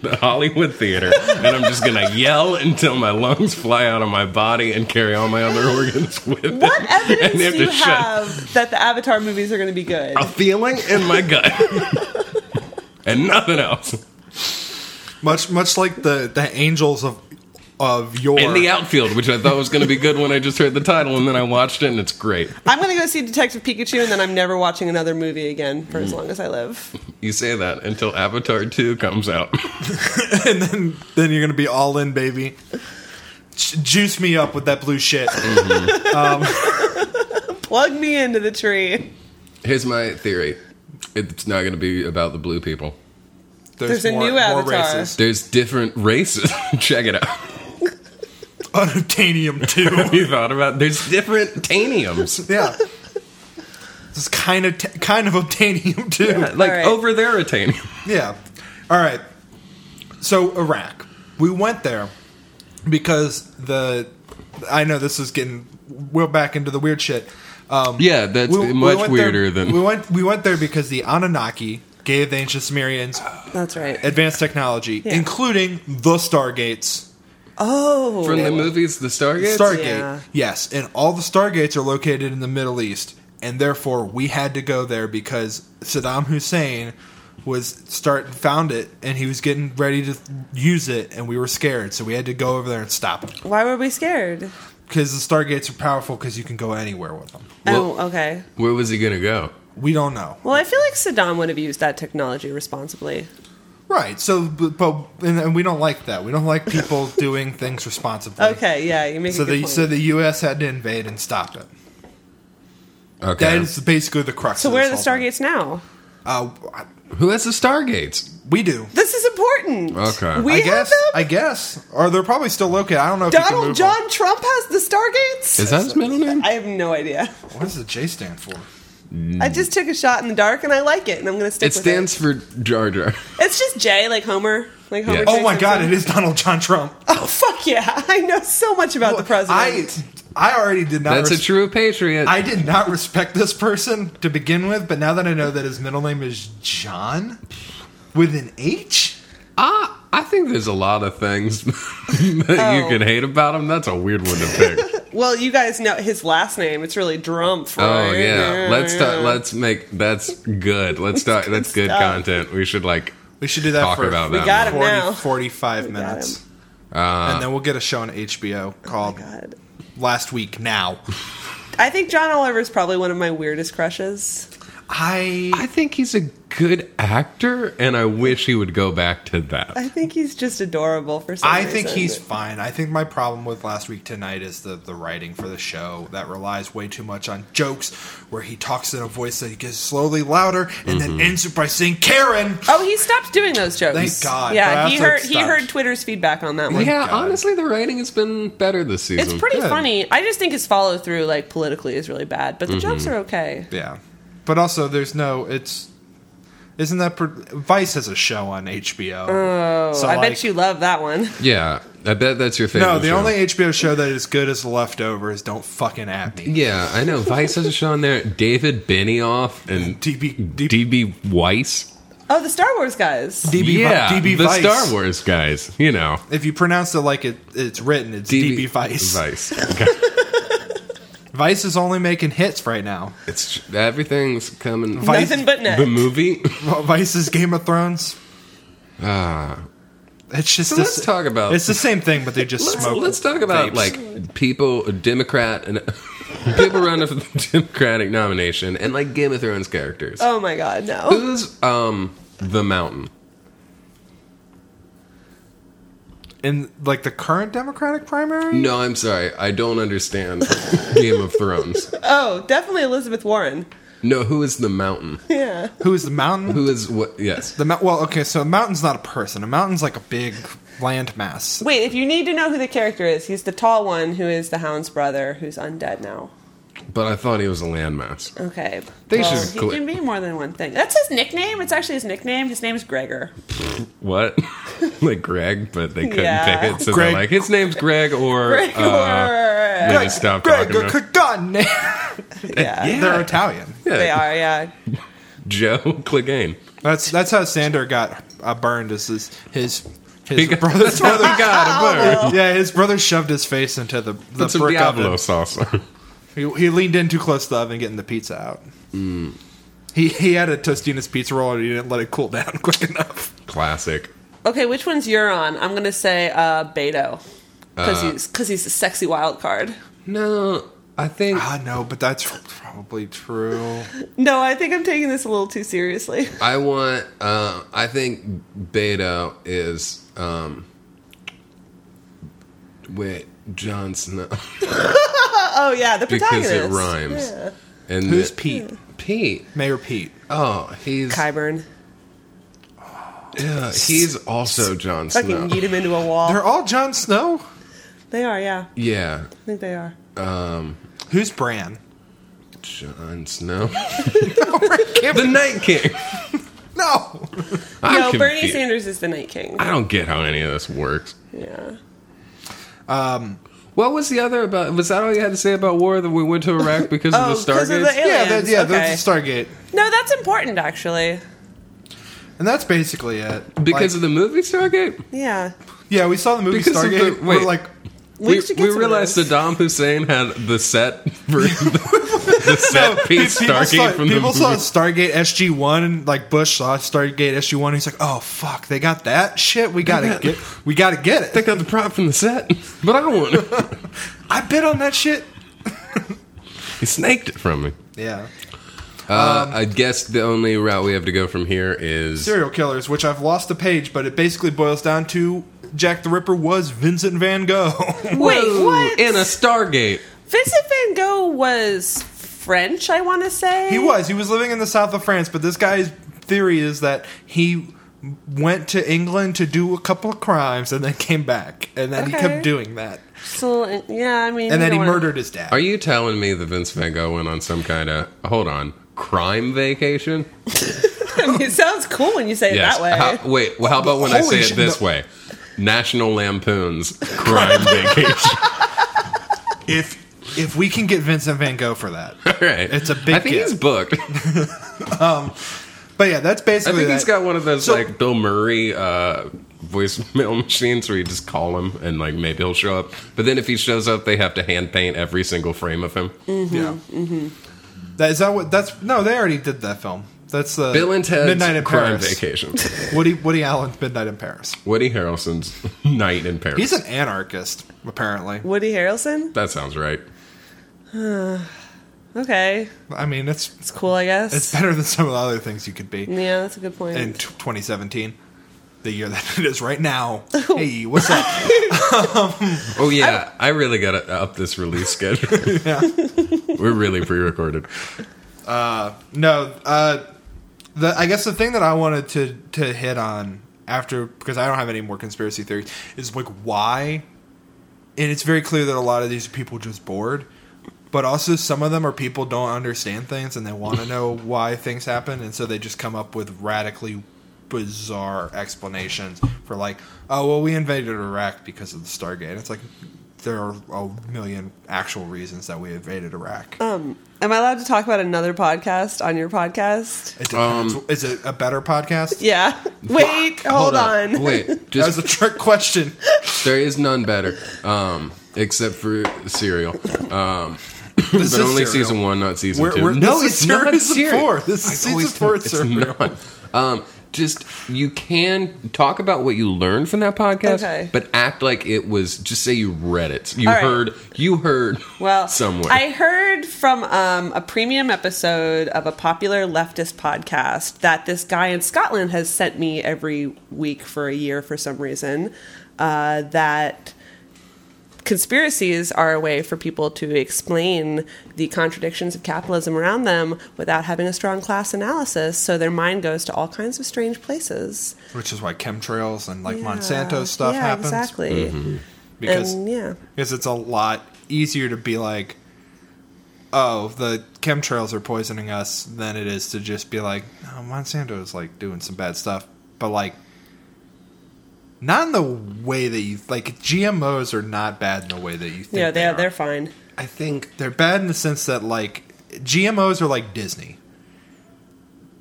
A: the Hollywood theater, and I'm just gonna yell until my lungs fly out of my body and carry all my other organs with it.
D: What evidence
A: And they have
D: do you
A: to shut Oh.
D: have that the Avatar movies are going to be good?
A: A feeling in my gut, and nothing else.
B: much much like the the angels of of your
A: In the outfield, which I thought was gonna be good when I just heard the title, and then I watched it, and it's great.
D: I'm going to go see Detective Pikachu, and then I'm never watching another movie again for
A: Mm.
D: as long as I live.
A: You say that until Avatar Two comes out.
B: and then then you're gonna be all in, baby. Ju- Juice me up with that blue shit.
A: Mm.
D: Plug me into the tree.
A: Here's my theory: it's not gonna be about the blue people.
D: There's a new Avatar.
A: There's different races. Check it out.
B: Unobtainium too.
A: You thought about there's different taniums.
B: yeah. This is kind of t- kind of obtainium too.
A: Yeah, like
D: Alright.
A: over there attaining.
B: Yeah. All right. So Iraq, we went there because the I know this is getting we're back into the weird shit. Um,
A: Yeah, that's
B: we- we
A: much
B: went there-
A: weirder than
B: we went. We went there because the Anunnaki gave the ancient Sumerians
C: That's right.
B: advanced technology, including the Stargates.
C: Oh,
A: from the movies The Stargate.
B: Stargate,
C: Yeah.
B: yes, and all the Stargates are located in the Middle East, and therefore we had to go there because Saddam Hussein was start found it, and he was getting ready to use it, and we were scared, so we had to go over there and stop him
C: why were we scared?
B: because the Stargates are powerful because you can go anywhere with them.
A: Well-
C: oh, okay.
A: Where was he gonna go?
B: We don't know,
C: Well, I feel like Saddam would have used that technology responsibly.
B: right? So, but, but and, and we don't like that. We don't like people doing things responsibly.
D: Okay, yeah, you make
B: So
D: a good
B: the
D: point.
B: so the U.S. had to invade and stop it.
A: Okay.
B: That is basically the crux.
C: So
B: of
C: where are the
B: this whole thing.
C: Stargates now?
B: Uh,
A: Who has the Stargates?
B: We do.
D: This is important.
A: Okay.
D: We
B: I
D: have
B: guess.
D: them.
B: I guess. Or they're probably still located. I don't know. If you can
D: Donald
B: move
D: John Trump has the Stargates.
A: Is that his middle name?
D: I have no idea.
B: Them. What does the J stand for?
D: I just took a shot in the dark and I like it, and I'm gonna stick
A: Hmm. It
D: with
A: stands for Jar Jar.
D: it. It's just J, like Homer, like Homer.
A: Yeah.
B: Oh my
D: Jackson.
B: God! It is Donald John Trump.
D: Oh fuck yeah! I know so much about the
B: I
D: president.
B: I already did not.
A: That's a
B: res-
A: true patriot.
B: I did not respect this person to begin with, but now that I know that his middle name is John with an H,
A: Ah, I think there's a lot of things that
D: Oh.
A: you can hate about him. That's a weird one to pick.
D: well, you guys know his last name. It's really Drumpf.
A: oh
D: right? Oh
A: yeah, let's ta-
D: yeah.
A: let's make that's good. Let's talk. That's good
D: stuff.
A: content. We should like.
B: we should do that
A: Talk
B: for
A: about We that Uh,
D: got one. him now.
B: 45
D: got
B: minutes.
D: him. Oh
B: and then we'll get a show on HBO called
D: God.
B: Last Week Now.
D: I think John Oliver is probably one of my weirdest crushes.
B: I
A: I think he's a good actor, and I wish he would go back to that.
D: I think he's just adorable for some
B: I think
D: reason.
B: he's fine. I think my problem with Last Week Tonight is the, the writing for the show that relies way too much on jokes where he talks in a voice that gets slowly louder
A: Mm-hmm.
B: and then ends it by saying Karen.
D: Oh, he stopped doing those jokes.
B: Thank God. But
D: Yeah, he
B: I also
D: heard he
B: stopped.
D: heard Twitter's feedback on that one.
A: Yeah,
B: God.
A: honestly, the writing has been better this season.
D: It's pretty
B: Good.
D: funny. I just think his follow through, like politically, is really bad. But the
B: Mm-hmm.
D: jokes are okay.
B: Yeah, but also there's no. It's isn't that pro- Vice has a show on HBO? Oh,
D: I bet you love that one.
A: Yeah, I bet that's your favorite.
B: No, the
A: show.
B: only HBO show that is good as Leftovers. Don't fucking at me.
A: Yeah, I know. Vice has a show on there. David Benioff and
B: DB
A: DB Weiss.
D: Oh, the Star Wars guys.
B: DB Vi-
A: yeah,
B: DB
A: the
B: Vice.
A: Star Wars guys. You know,
B: If you pronounce it like it, it's written, it's DB, Vice. Vice.
A: Vice. Okay.
B: is only making hits right now.
A: it's everything's coming.
B: Vice-
D: Nothing but net.
A: The movie.
B: Well, Vice's Game of Thrones.
A: Ah.
B: It's just
A: So
B: the
A: let's
B: s-
A: talk about-
B: It's the same thing, but they just
A: Let's,
B: smoke.
A: let's talk about
B: vapes.
A: like people, Democrat and people running for the Democratic nomination, and like Game of Thrones characters.
D: Oh my God, no.
A: Who's um the Mountain?
B: in like the current Democratic primary.
A: No, I'm sorry, I don't understand Game of Thrones.
D: Oh, definitely Elizabeth Warren.
A: No, who is the Mountain?
D: Yeah.
B: Who is the mountain?
A: Who is what? Yes.
B: The mou- well, okay, so a mountain's not a person. A mountain's like a big landmass.
D: Wait, if you need to know who the character is, he's the tall one who is the Hound's brother, who's undead now.
A: But I thought he was a landmass.
D: Okay.
A: They
D: well,
A: should
D: He
A: cl-
D: can be more than one thing. That's his nickname. It's actually his nickname. His name's Gregor.
A: What? like Greg, but they couldn't
D: Yeah.
A: pick it, so
B: Greg.
A: they're like, his name's Greg, or
D: Gregor.
A: uh, they just stopped
B: Greg,
A: talking. to
B: good God, Nick.
D: yeah.
B: They're Italian.
A: yeah,
D: They are, yeah.
A: Joe Clegane.
B: That's that's how Sander got uh, burned. Is his his,
A: He
B: his
A: got, that's
B: brother's
A: how
B: brother?
A: they got him. Bird.
B: Yeah, his brother shoved his face into the the
A: Put some
B: brick
A: Diablo
B: oven.
A: sauce on.
B: He, he leaned in too close to the oven, getting the pizza out.
A: Mm.
B: He he had a Tostina's pizza roll and he didn't let it cool down quick enough.
A: Classic.
D: Okay, which one's you're on? I'm gonna say uh, Beto, because
A: Uh.
D: he's because he's a sexy wild card.
A: No, I think
B: Ah, no, but that's probably true.
D: No, I think I'm taking this a little too seriously.
A: I want. Uh, I think Beto is. Um, wait, John Snow
D: Oh yeah, the
A: because
D: protagonist.
A: it rhymes. And
B: Who's
A: the-
B: Pete?
A: Pete?
B: Mayor Pete.
A: Oh, he's
D: Kyburn.
A: yeah, he's also John Snow.
D: Fucking yeet him into a wall.
B: They're all Jon Snow.
D: They are, yeah.
A: Yeah,
D: I think they are.
B: Who's Bran?
A: John Snow, the Night King.
B: No.
A: I'm
D: no, Bernie
A: confused.
D: Sanders is the Night King.
A: I don't get how any of this works.
D: Yeah.
B: Um,
A: What was the other about? Was that all you had to say about war that we went to Iraq because
D: Oh,
A: of the
D: because of
A: Stargates?
D: the aliens.
B: Yeah, that, yeah,
D: okay.
B: that's the Stargate,
D: No, that's important actually.
B: and that's basically it.
A: because of
B: Like,
A: the movie Stargate?
D: Yeah.
B: yeah, we saw the movie
A: because of the-
B: Stargate.
A: wait.
B: We're like,
D: We
A: We,
D: should get
A: we
D: some of
A: realized
D: those.
A: Saddam Hussein had the set for the, the set piece
B: people
A: Stargate
B: saw,
A: from the
B: people
A: movie.
B: saw Stargate SG One. Like Bush saw Stargate SG One. He's like, oh fuck, they got that shit. We gotta
A: got-
B: get, we gotta get it.
A: They got the prop from the set, but I want it.
B: I bid on that shit.
A: He snaked it from me.
B: Yeah,
A: Uh,
D: Um,
A: I guess the only route we have to go from here is
B: serial killers, which I've lost the page, but it basically boils down to Jack the Ripper was Vincent Van Gogh.
D: Wait, what?
A: in a Stargate.
D: Vincent Van Gogh was French, I want to say.
B: He was. He was living in the south of France, but this guy's theory is that he went to England to do a couple of crimes and then came back. And then he
D: Okay.
B: kept doing that.
D: So uh, yeah, I mean,
B: And
D: you
B: then he
D: don't wanna-
B: murdered his dad.
A: Are you telling me that Vince Van Gogh went on some kind of hold on crime vacation?
D: I mean, it sounds cool when you say it that way.
A: How- wait. Well, how about when I
B: Holy
A: say it
B: shit,
A: this
B: no.
A: way? National Lampoon's crime vacation.
B: if if we can get Vincent Van Gogh for that.
A: All right.
B: It's a big
A: I think
B: gift.
A: he's booked.
B: But yeah, that's
A: I
B: basically
A: think
B: that.
A: he's got one of those
B: So-
A: like Bill Murray uh, voicemail machines where you just call him and like maybe he'll show up. But then if he shows up, they have to hand paint every single frame of him.
D: Mm-hmm.
B: Yeah. That, is that what? That's no. They already did that film. That's the
A: Bill and Ted's
B: Midnight in
A: Crime
B: Paris.
A: Vacation.
B: Woody Woody Allen's Midnight in Paris.
A: Woody Harrelson's Night in Paris.
B: He's an anarchist, apparently.
D: Woody Harrelson.
A: that sounds right.
D: Okay,
B: I mean, it's
D: it's cool, I guess.
B: it's better than some of the other things you could be
D: yeah, that's a good point.
B: in t- 2017, the year that it is right now. Hey, what's up?
A: Oh yeah, I, really got to up this release schedule. We're really pre-recorded.
B: No, uh, the I guess the thing that I wanted to to hit on after because I don't have any more conspiracy theories is like why, and it's very clear that a lot of these people are just bored. But also, some of them are people don't understand things and they want to know why things happen, and so they just come up with radically bizarre explanations for like, oh well, we invaded Iraq because of the Stargate. It's like there are a million actual reasons that we invaded Iraq.
D: Am I allowed to talk about another podcast on your podcast?
B: It depends. is it a better podcast?
D: Yeah. Wait, hold, on.
A: Wait,
B: That was
A: just
B: a trick question.
A: there is none better, um, except for cereal. Um,
B: This
A: but
B: is
A: only
B: cereal.
A: season one, not season
B: We're-
A: 2
B: we're-
A: no,
B: this
A: it's
B: is
A: not
B: season
A: cereal.
B: four. This is
A: I
B: season
A: always
B: four,
A: think
B: it's cereal.
A: not. Um, just you can talk about what you learned from that podcast,
D: Okay.
A: but act like it was. Just say you read it. You
D: All right.
A: heard. You heard.
D: Well,
A: somewhere.
D: I heard from um, a premium episode of a popular leftist podcast that this guy in Scotland has sent me every week for a year for some reason. Uh, that conspiracies are a way for people to explain the contradictions of capitalism around them without having a strong class analysis, so their mind goes to all kinds of strange places.
B: Which is why chemtrails and like
D: Yeah.
B: Monsanto stuff
D: yeah,
B: happens
D: Exactly.
B: because
D: And, yeah.
B: because it's a lot easier to be like, oh, the chemtrails are poisoning us than it is to just be like, oh, Monsanto is like doing some bad stuff, but like. Not in the way that you like. GMOs are not bad in the way that you think.
D: Yeah,
B: they
D: they're,
B: are.
D: they're fine.
B: I think they're bad in the sense that like GMOs are like Disney.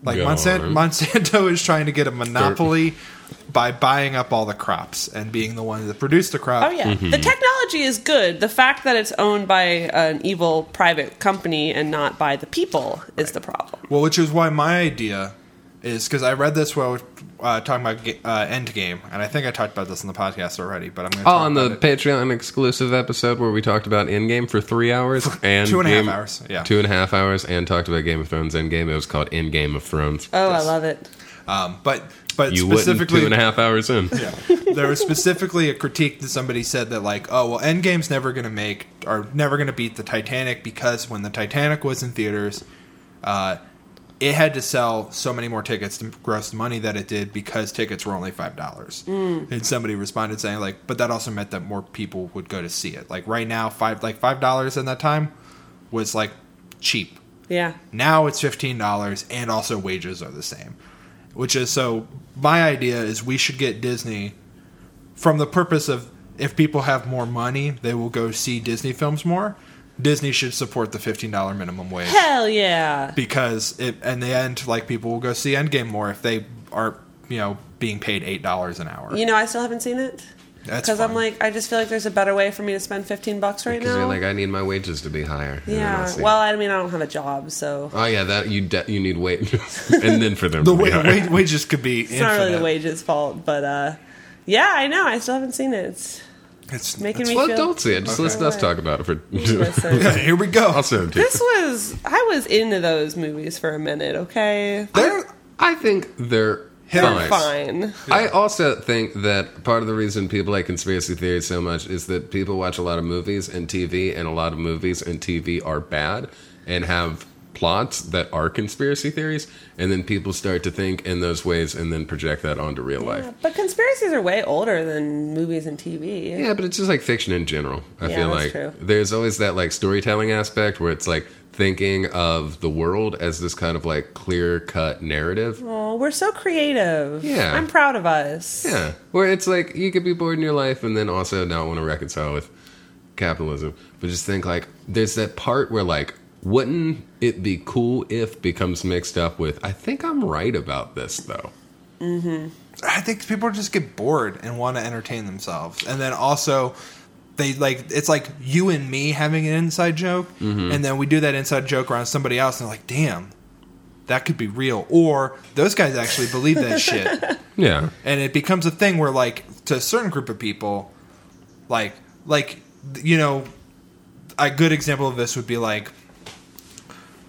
B: Like
A: Yeah,
B: Monsanto,
A: right.
B: Monsanto is trying to get a monopoly by buying up all the crops and being the one that produced the crop.
D: Oh yeah,
A: Mm-hmm.
D: the technology is good. The fact that it's owned by an evil private company and not by the people is the problem.
B: Well, which is why my idea is because I read this while uh, talking about ga- uh, Endgame, and I think I talked about this in the podcast already. But I'm going to
A: Oh, on the Patreon exclusive episode where we talked about Endgame for three hours and
B: two and a half
A: Game-
B: hours, yeah.
A: two and a half hours, and talked about Game of Thrones Endgame. It was called Endgame of Thrones.
D: Oh,
B: Yes.
D: I love it.
B: um, but but
A: you wouldn't
B: specifically
A: two and a half hours in.
B: Yeah. there was specifically a critique that somebody said that like, oh well, Endgame's never going to make or never going to beat the Titanic because when the Titanic was in theaters, uh, it had to sell so many more tickets to gross the money that it did because tickets were only five dollars. And somebody responded saying like, but that also meant that more people would go to see it. Like right now, five like five dollars in that time was like cheap.
D: Yeah,
B: Now it's fifteen dollars, and also wages are the same, which is so. My idea is we should get Disney from the purpose of if people have more money, they will go see Disney films more. Disney should support the fifteen dollar minimum wage
D: hell yeah.
B: because it, in the end, like people will go see Endgame more if they are you know being paid eight dollars an hour.
D: You know, I still haven't seen it
B: That's
D: because I'm
B: fine.
D: like, I just feel like there's a better way for me to spend fifteen bucks right
A: Because
D: now.
A: you're like, I need my wages to be higher. and then I'll
D: yeah.
A: see.
D: Well, I mean, I don't have a job, so
A: Oh yeah, that you de- you need wages, and then for them
B: the
A: to be
B: wa-
A: higher.
B: wa- wages could be
D: it's not really the wages' fault. But uh, yeah, I know. I still haven't seen it. It's
B: It's
D: making me
A: Well,
D: feel.
A: don't see it. Just
B: Okay.
A: listen to us talk about it for.
D: Listen.
B: yeah, here we go.
A: also, too,
D: This was I was into those movies for a minute. Okay,
B: They're-
A: I think they're
B: They're
D: they're
A: fine.
D: fine.
A: I also think that part of the reason people like conspiracy theories so much is that people watch a lot of movies and TV, and a lot of movies and TV are bad and have plots that are conspiracy theories, and then people start to think in those ways and then project that onto real life.
D: But conspiracies are way older than movies and TV.
A: Yeah, but it's just like fiction in general. I
D: Yeah,
A: feel
D: that's
A: like
D: true.
A: there's always that like storytelling aspect where it's like thinking of the world as this kind of like clear cut narrative.
D: Oh, we're so creative.
A: Yeah.
D: I'm proud of us.
A: Yeah, where it's like you could be bored in your life and then also not want to reconcile with capitalism, but just think like there's that part where like wouldn't it be cool if becomes mixed up with I think I'm right about this though.
B: I think people just get bored and want to entertain themselves, and then also they like it's like you and me having an inside joke,
A: Mm-hmm.
B: and then we do that inside joke around somebody else, and they're like, "Damn, that could be real," or those guys actually believe that shit,
A: Yeah,
B: and it becomes a thing where like to a certain group of people, like like you know, a good example of this would be like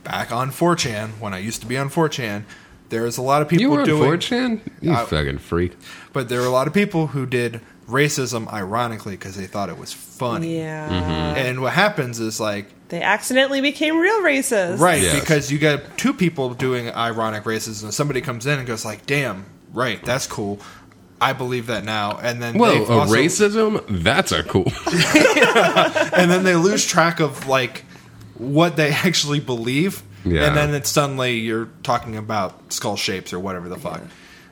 B: back on 4chan when I used to be on 4chan. There's a lot of people
A: you were on
B: doing
A: 4chan, you
B: I-
A: fucking freak.
B: but there were a lot of people who did racism ironically because they thought it was funny.
D: Yeah.
A: Mm-hmm.
B: And what happens is like
D: They accidentally became real racists.
B: right
A: Yes.
B: because you got two people doing ironic racism. and Somebody comes in and goes like, "Damn, right, that's cool. I believe that now." And then
A: Well,
B: they've
A: a
B: also-
A: racism that's a cool.
B: and then they lose track of like what they actually believe.
A: Yeah.
B: And then it's suddenly you're talking about skull shapes or whatever the fuck.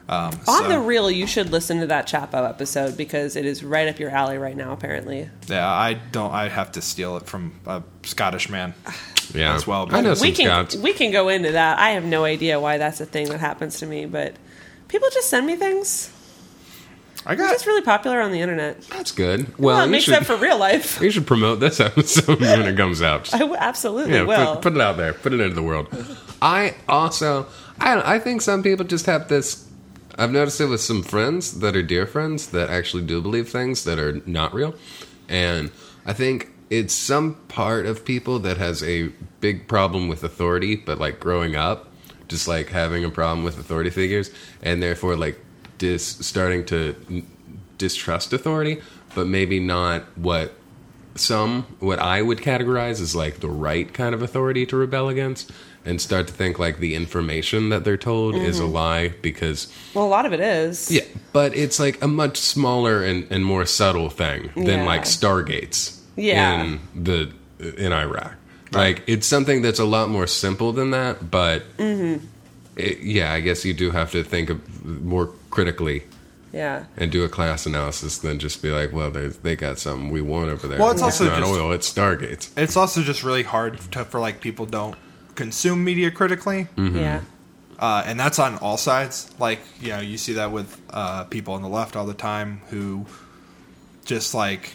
B: Um,
D: On
B: so-
D: the real, you should listen to that Chapo episode because it is right up your alley right now, apparently.
B: yeah, I don't. I have to steal it from a Scottish man.
A: Yeah,
B: As well,
A: I know some
D: we can
A: Scots.
D: we can go into that. I have no idea why that's a thing that happens to me, but people just send me things.
B: I
D: It's
B: got
D: just really popular on the internet.
A: That's good.
D: Well,
A: Uh, Well,
D: it
A: you
D: makes
A: should
D: up for real life.
A: you should promote this episode when it comes out.
D: I w- absolutely
A: yeah,
D: will.
A: put, put it out there. Put it into the world. I also, I don't, I think some people just have this. I've noticed it with some friends that are dear friends that actually do believe things that are not real, and I think it's some part of people that has a big problem with authority, but like growing up, just like having a problem with authority figures, and therefore like dis starting to n- distrust authority, but maybe not what some what I would categorize as like the right kind of authority to rebel against and start to think like the information that they're told is a
D: Mm-hmm.
A: lie because
D: well, a lot of it is.
A: yeah but it's like a much smaller and, and more subtle thing than
D: Yeah.
A: like stargates
D: Yeah.
A: in the in Iraq like it's something that's a lot more simple than that but
D: Mm-hmm.
A: it, yeah I guess you do have to think of more critically
D: Yeah.
A: and do a class analysis than just be like well there's- they got something we want over there
B: Well, it's also
A: not
B: just-
A: oil it's stargates
B: it's also just really hard to, for like people don't consume media critically
A: Mm-hmm.
D: Yeah.
B: uh, and that's on all sides like you know you see that with uh, people on the left all the time who just like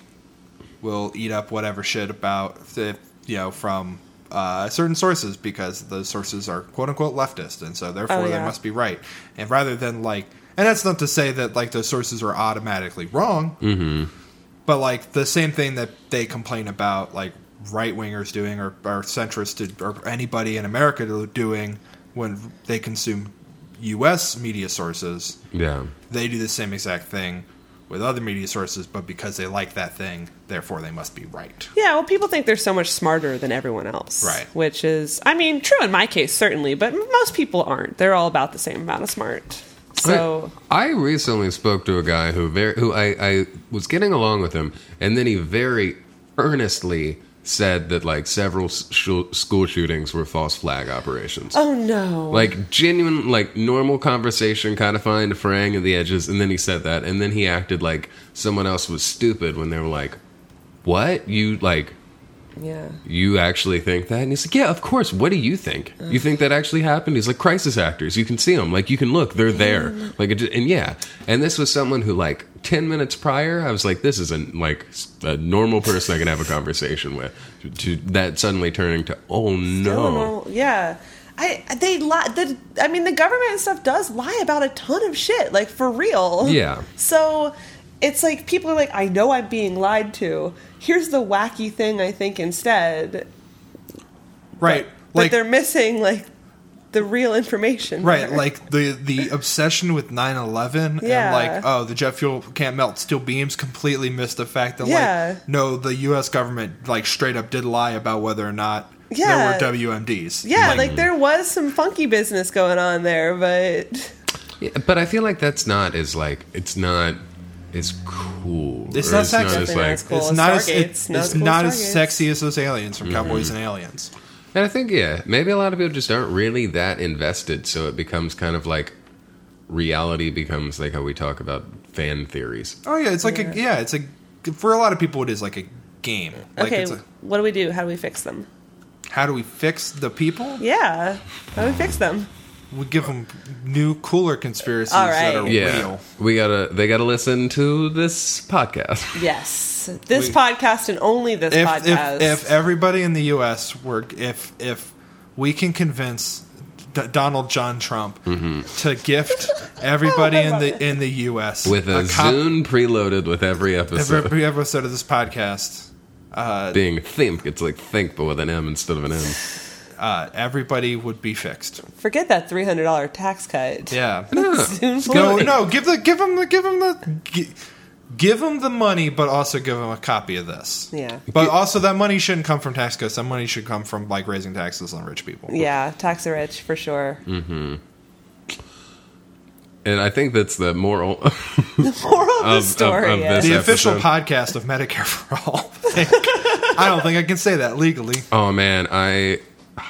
B: will eat up whatever shit about the, you know from uh, certain sources because those sources are quote unquote leftist and so therefore
D: Oh,
B: they
D: yeah.
B: must be right and rather than like and that's not to say that like those sources are automatically wrong but like the same thing that they complain about, like right wingers doing or, or centrists did- or anybody in America do- doing when they consume U.S. media sources,
A: yeah
B: they do the same exact thing with other media sources, but because they like that thing, therefore they must be right.
D: Yeah, well, people think they're so much smarter than everyone else.
B: Right.
D: Which is, I mean, true in my case, certainly, but most people aren't. They're all about the same amount of smart. So,
A: I, I recently spoke to a guy who very who I, I was getting along with him, and then he very earnestly said that like several s- sh- school shootings were false flag operations.
D: oh no.
A: Like genuine, like normal conversation, kind of fine to fraying at the edges, and then he said that, and then he acted like someone else was stupid when they were like, "What you like?
D: yeah.
A: you actually think that? And he's like, yeah, of course. What do you think? You think that actually happened? He's like, crisis actors. You can see them. Like, you can look. They're there. Like, it, ju- and yeah. And this was someone who, like, 10 minutes prior, I was like, this is a, like, s- a normal person I can have a conversation with. To, to that suddenly turning to, oh,
D: Still
A: no.
D: normal- Yeah. I they lie. The, I mean, the government and stuff does lie about a ton of shit, like for real.
A: Yeah.
D: So it's like people are like, I know I'm being lied to. Here's the wacky thing I think instead,
B: Right.
D: but they're missing like the real information.
B: Right,
D: there.
B: like the the obsession with 9-11
D: Yeah.
B: and like, oh, the jet fuel can't melt steel beams completely missed the fact that
D: Yeah.
B: like no, the US government like straight up did lie about whether or not there
D: Yeah.
B: were WMDs.
D: Yeah, like, there was some funky business going on there, but
A: Yeah, but I feel like that's not as like it's not as cool.
B: It's
A: or
B: not
A: as
B: sexy.
A: as,
C: Definitely not
A: like,
C: as cool.
B: it's not as
D: Stargates,
B: it's,
D: not
B: it's
D: as cool
B: not
D: as
B: as
D: Stargates.
B: sexy as those aliens from Cowboys and Aliens.
A: And I think yeah, maybe a lot of people just aren't really that invested, so it becomes kind of like reality becomes like how we talk about fan theories.
B: Oh yeah, it's like a yeah, it's a for a lot of people it is like a game. Like
D: okay,
B: it's a,
D: what do we do? How do we fix them?
B: how do we fix the people?
D: Yeah, how do we fix them?
B: We give them new cooler conspiracies
D: All
B: that
D: right.
B: are
A: Yeah,
B: real.
A: we gotta they gotta listen to this podcast.
D: Yes, this
B: We-
D: podcast and only this
B: If,
D: podcast.
B: if if everybody in the U.S. were if if we can convince D- Donald John Trump
A: Mm-hmm.
B: to gift everybody in the in the U.S.
A: With a,
B: cop-
A: Zune preloaded with every episode,
B: every episode of this podcast.
A: being think it's like think but with an M instead of an M.
B: Uh, everybody would be fixed.
D: Forget that three hundred dollar tax cut.
B: Yeah.
A: Yeah.
B: No,
D: Really?
B: no. Give the give him the give him the gi- give him the money, but also give him a copy of this.
D: Yeah.
B: But also, that money shouldn't come from tax cuts. That money should come from like raising taxes on rich people.
D: Yeah, tax the rich for sure.
A: And I think that's the moral of,
D: The moral of, the
A: Of- of-
D: story
A: of
D: is
A: this.
B: The
A: This
B: official
A: episode.
B: podcast of Medicare for All. I don't think I can say that legally.
A: Oh man, I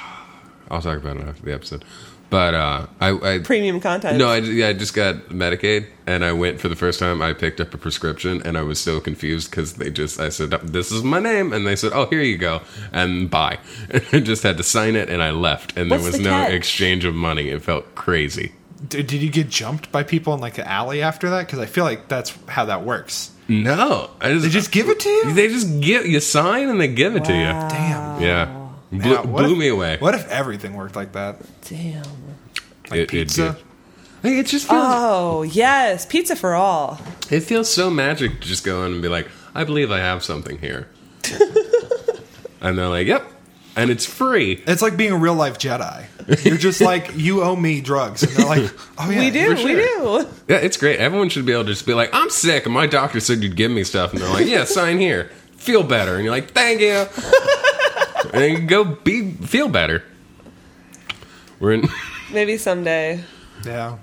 A: I'll talk about it after the episode. But uh I, I
D: premium content.
A: no, I, yeah, I just got Medicaid, and I went for the first time. I picked up a prescription, and I was so confused because they just I said this is my name, and they said oh here you go, and bye. And I just had to sign it, and I left, and there
D: What's
A: was
D: the
A: no
D: catch?
A: exchange of money. It felt crazy.
B: D- did you get jumped by people in like an alley after that? Because I feel like that's how that works.
A: No, I just,
B: They just give it to you.
A: they just give you sign and they give it to you.
D: Ah,
B: Damn.
A: Yeah, Blew,
B: Yeah, what
A: blew
B: if-
A: me away.
B: What if everything worked like that?
D: Damn.
A: It-
B: Like
A: it
B: pizza.
A: did. Like, it just feels
D: Oh yes, pizza for all.
A: It feels so magic to just go in and be like, I believe I have something here. and they're like, yep. And it's free.
B: It's like being a real life Jedi. You're just like, you owe me drugs. And they're like, oh, yeah.
D: we do,
B: for
D: we
B: sure."
D: do.
A: Yeah, it's great. Everyone should be able to just be like, I'm sick. And my doctor said you'd give me stuff. And they're like, yeah, sign here. Feel better. And you're like, thank you. and then you go be feel better. We're in.
D: Maybe someday.
B: Yeah.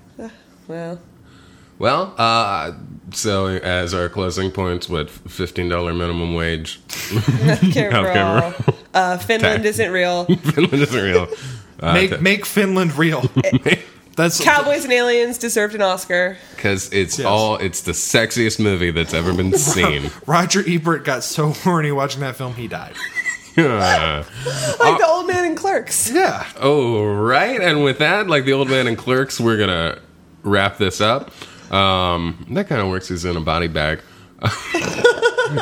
D: Well,
A: Well, uh, so as our closing points, what $15 minimum wage?
D: healthcare for
A: Healthcare
D: all. Uh, Finland
A: Tax.
D: isn't real.
A: Finland isn't real. Uh,
B: Make, make Finland real. That's
D: Cowboys and Aliens deserved an Oscar.
A: Because it's
B: Yes.
A: all, it's the sexiest movie that's ever been seen.
B: Roger Ebert got so horny watching that film, he died.
A: Yeah. Uh,
D: Like the old man in Clerks.
B: Yeah.
A: oh, right. And with that, like the old man and clerks, we're going to wrap this up. Um, that kind of works. He's in a body bag.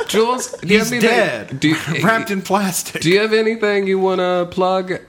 A: Jules, do you
B: He's
A: have anything-
B: dead.
A: Do you,
B: wrapped in plastic.
A: do you have anything you want to plug?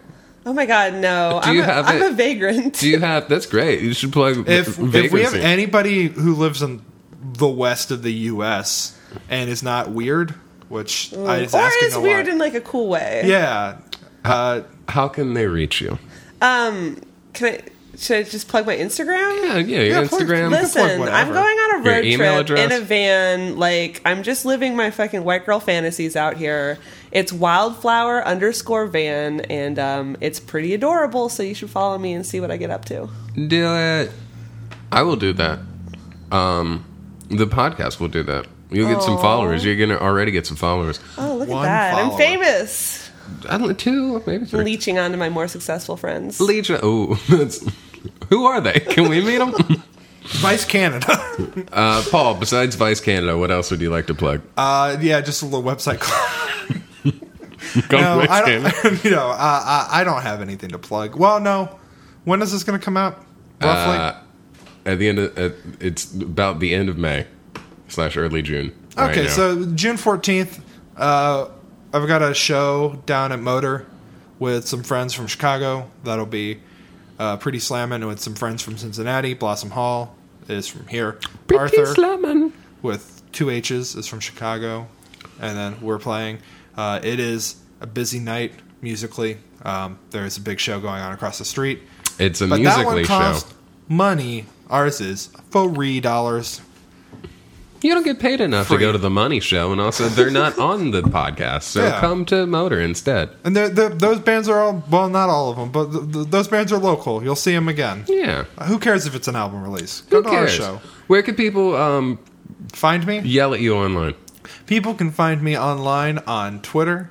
D: Oh my God, no.
A: Do
D: I'm,
A: you
D: a,
A: have
D: am
A: it?
D: a vagrant.
A: Do you have? That's great. You should plug.
B: if,
A: Vagrancy.
B: if we have anybody who lives in the west of the U.S. and is not weird, which I is
D: Mm. or
B: asking
D: is
B: a
D: weird
B: lot.
D: in like a cool way.
B: yeah. Uh,
A: how can they reach you?
D: Can I? Should I just plug my Instagram?
A: Yeah, yeah. Your
B: Yeah, please.
A: Instagram.
B: Let's- plug
D: Listen, I'm
B: whatever.
D: going on a
A: Your
D: road trip
A: email address?
D: in a van. Like, I'm just living my fucking white girl fantasies out here. It's wildflower underscore van, and um, it's pretty adorable. So you should follow me and see what I get up to.
A: do it. I will do that. Um, the podcast will do that. You'll get some followers. You're gonna already get some followers.
D: Oh, look
B: One
D: at that! I'm
B: follower.
D: famous.
A: I don't know, two, maybe three.
D: Leeching onto my more successful friends.
A: Legion. Oh, that's, who are they? Can we meet them?
B: Vice Canada.
A: Uh, Paul, besides Vice Canada, what else would you like to plug?
B: Uh, yeah, just a little website called
A: Go
B: no,
A: Vice
B: I
A: Canada.
B: don't, you know, uh, I, I don't have anything to plug. Well, no. When is this going to come out? Roughly.
A: Uh, at the end of, at, it's about the end of May slash early June. right
B: okay,
A: now.
B: so June fourteenth, uh, I've got a show down at Motor with some friends from Chicago. That'll be uh, pretty slamming with some friends from Cincinnati. Blossom Hall is from here. Arthur with two H's is from Chicago, and then we're playing. Uh, it is a busy night musically. Um, there is a big show going on across the street.
A: it's a
B: But that one
A: musically show.
B: costs money. Ours is three dollars.
A: You don't get paid enough to
B: Free.
A: go to the money show, and also they're not on the podcast, so
B: Yeah.
A: come to Motor instead.
B: And they're, they're, those bands are all well, not all of them, but th- th- those bands are local. You'll see them again. Uh,
A: Yeah.
B: Who cares if it's an album release? Go
A: Who
B: to
A: cares?
B: our show.
A: Where could people um,
B: Find me.
A: yell at you online?
B: People can find me online on Twitter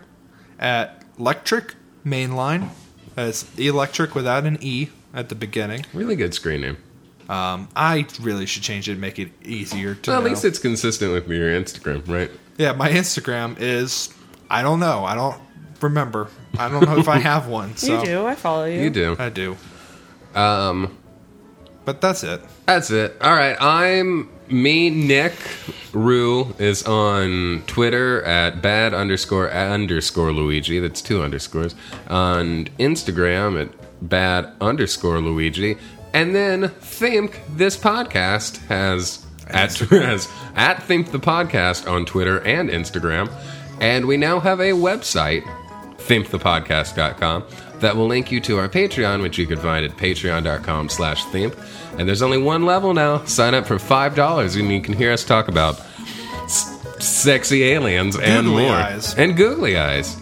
B: at Electric Mainline. That's Electric without an E at the beginning.
A: Really good screen name.
B: Um, I really should change it and make it easier to.
A: Well, at
B: know.
A: least it's consistent with your Instagram, right?
B: Yeah, my Instagram is. I don't know. I don't remember. I don't know if I have one. So
D: you do. I follow you.
A: You do.
B: I do.
A: Um,
B: But that's it.
A: That's it. All right. I'm me, Nick Rue is on Twitter at bad underscore underscore Luigi. That's two underscores. On Instagram at bad underscore Luigi. And then Think this podcast has at has at Think the Podcast on Twitter and Instagram. And we now have a website thimpthepodcast.com that will link you to our patreon which you can find at patreon.com slash thimp and there's only one level now sign up for $5 and you can hear us talk about s- sexy aliens and
B: Googly
A: more
B: eyes.
A: and googly eyes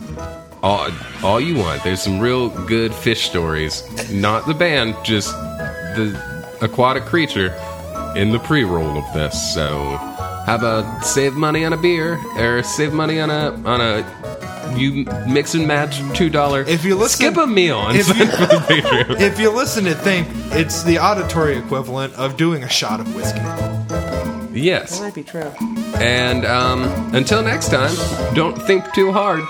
A: all, all you want there's some real good fish stories not the band just the aquatic creature in the pre-roll of this so how about save money on a beer or save money on a on a you mix and match two dollar.
B: If you listen-
A: skip a meal and
B: If you-
A: for the Patreon.
B: If you listen to think, it's the auditory equivalent of doing a shot of whiskey.
A: yes,
D: Might be true.
A: and um, until next time, don't think too hard.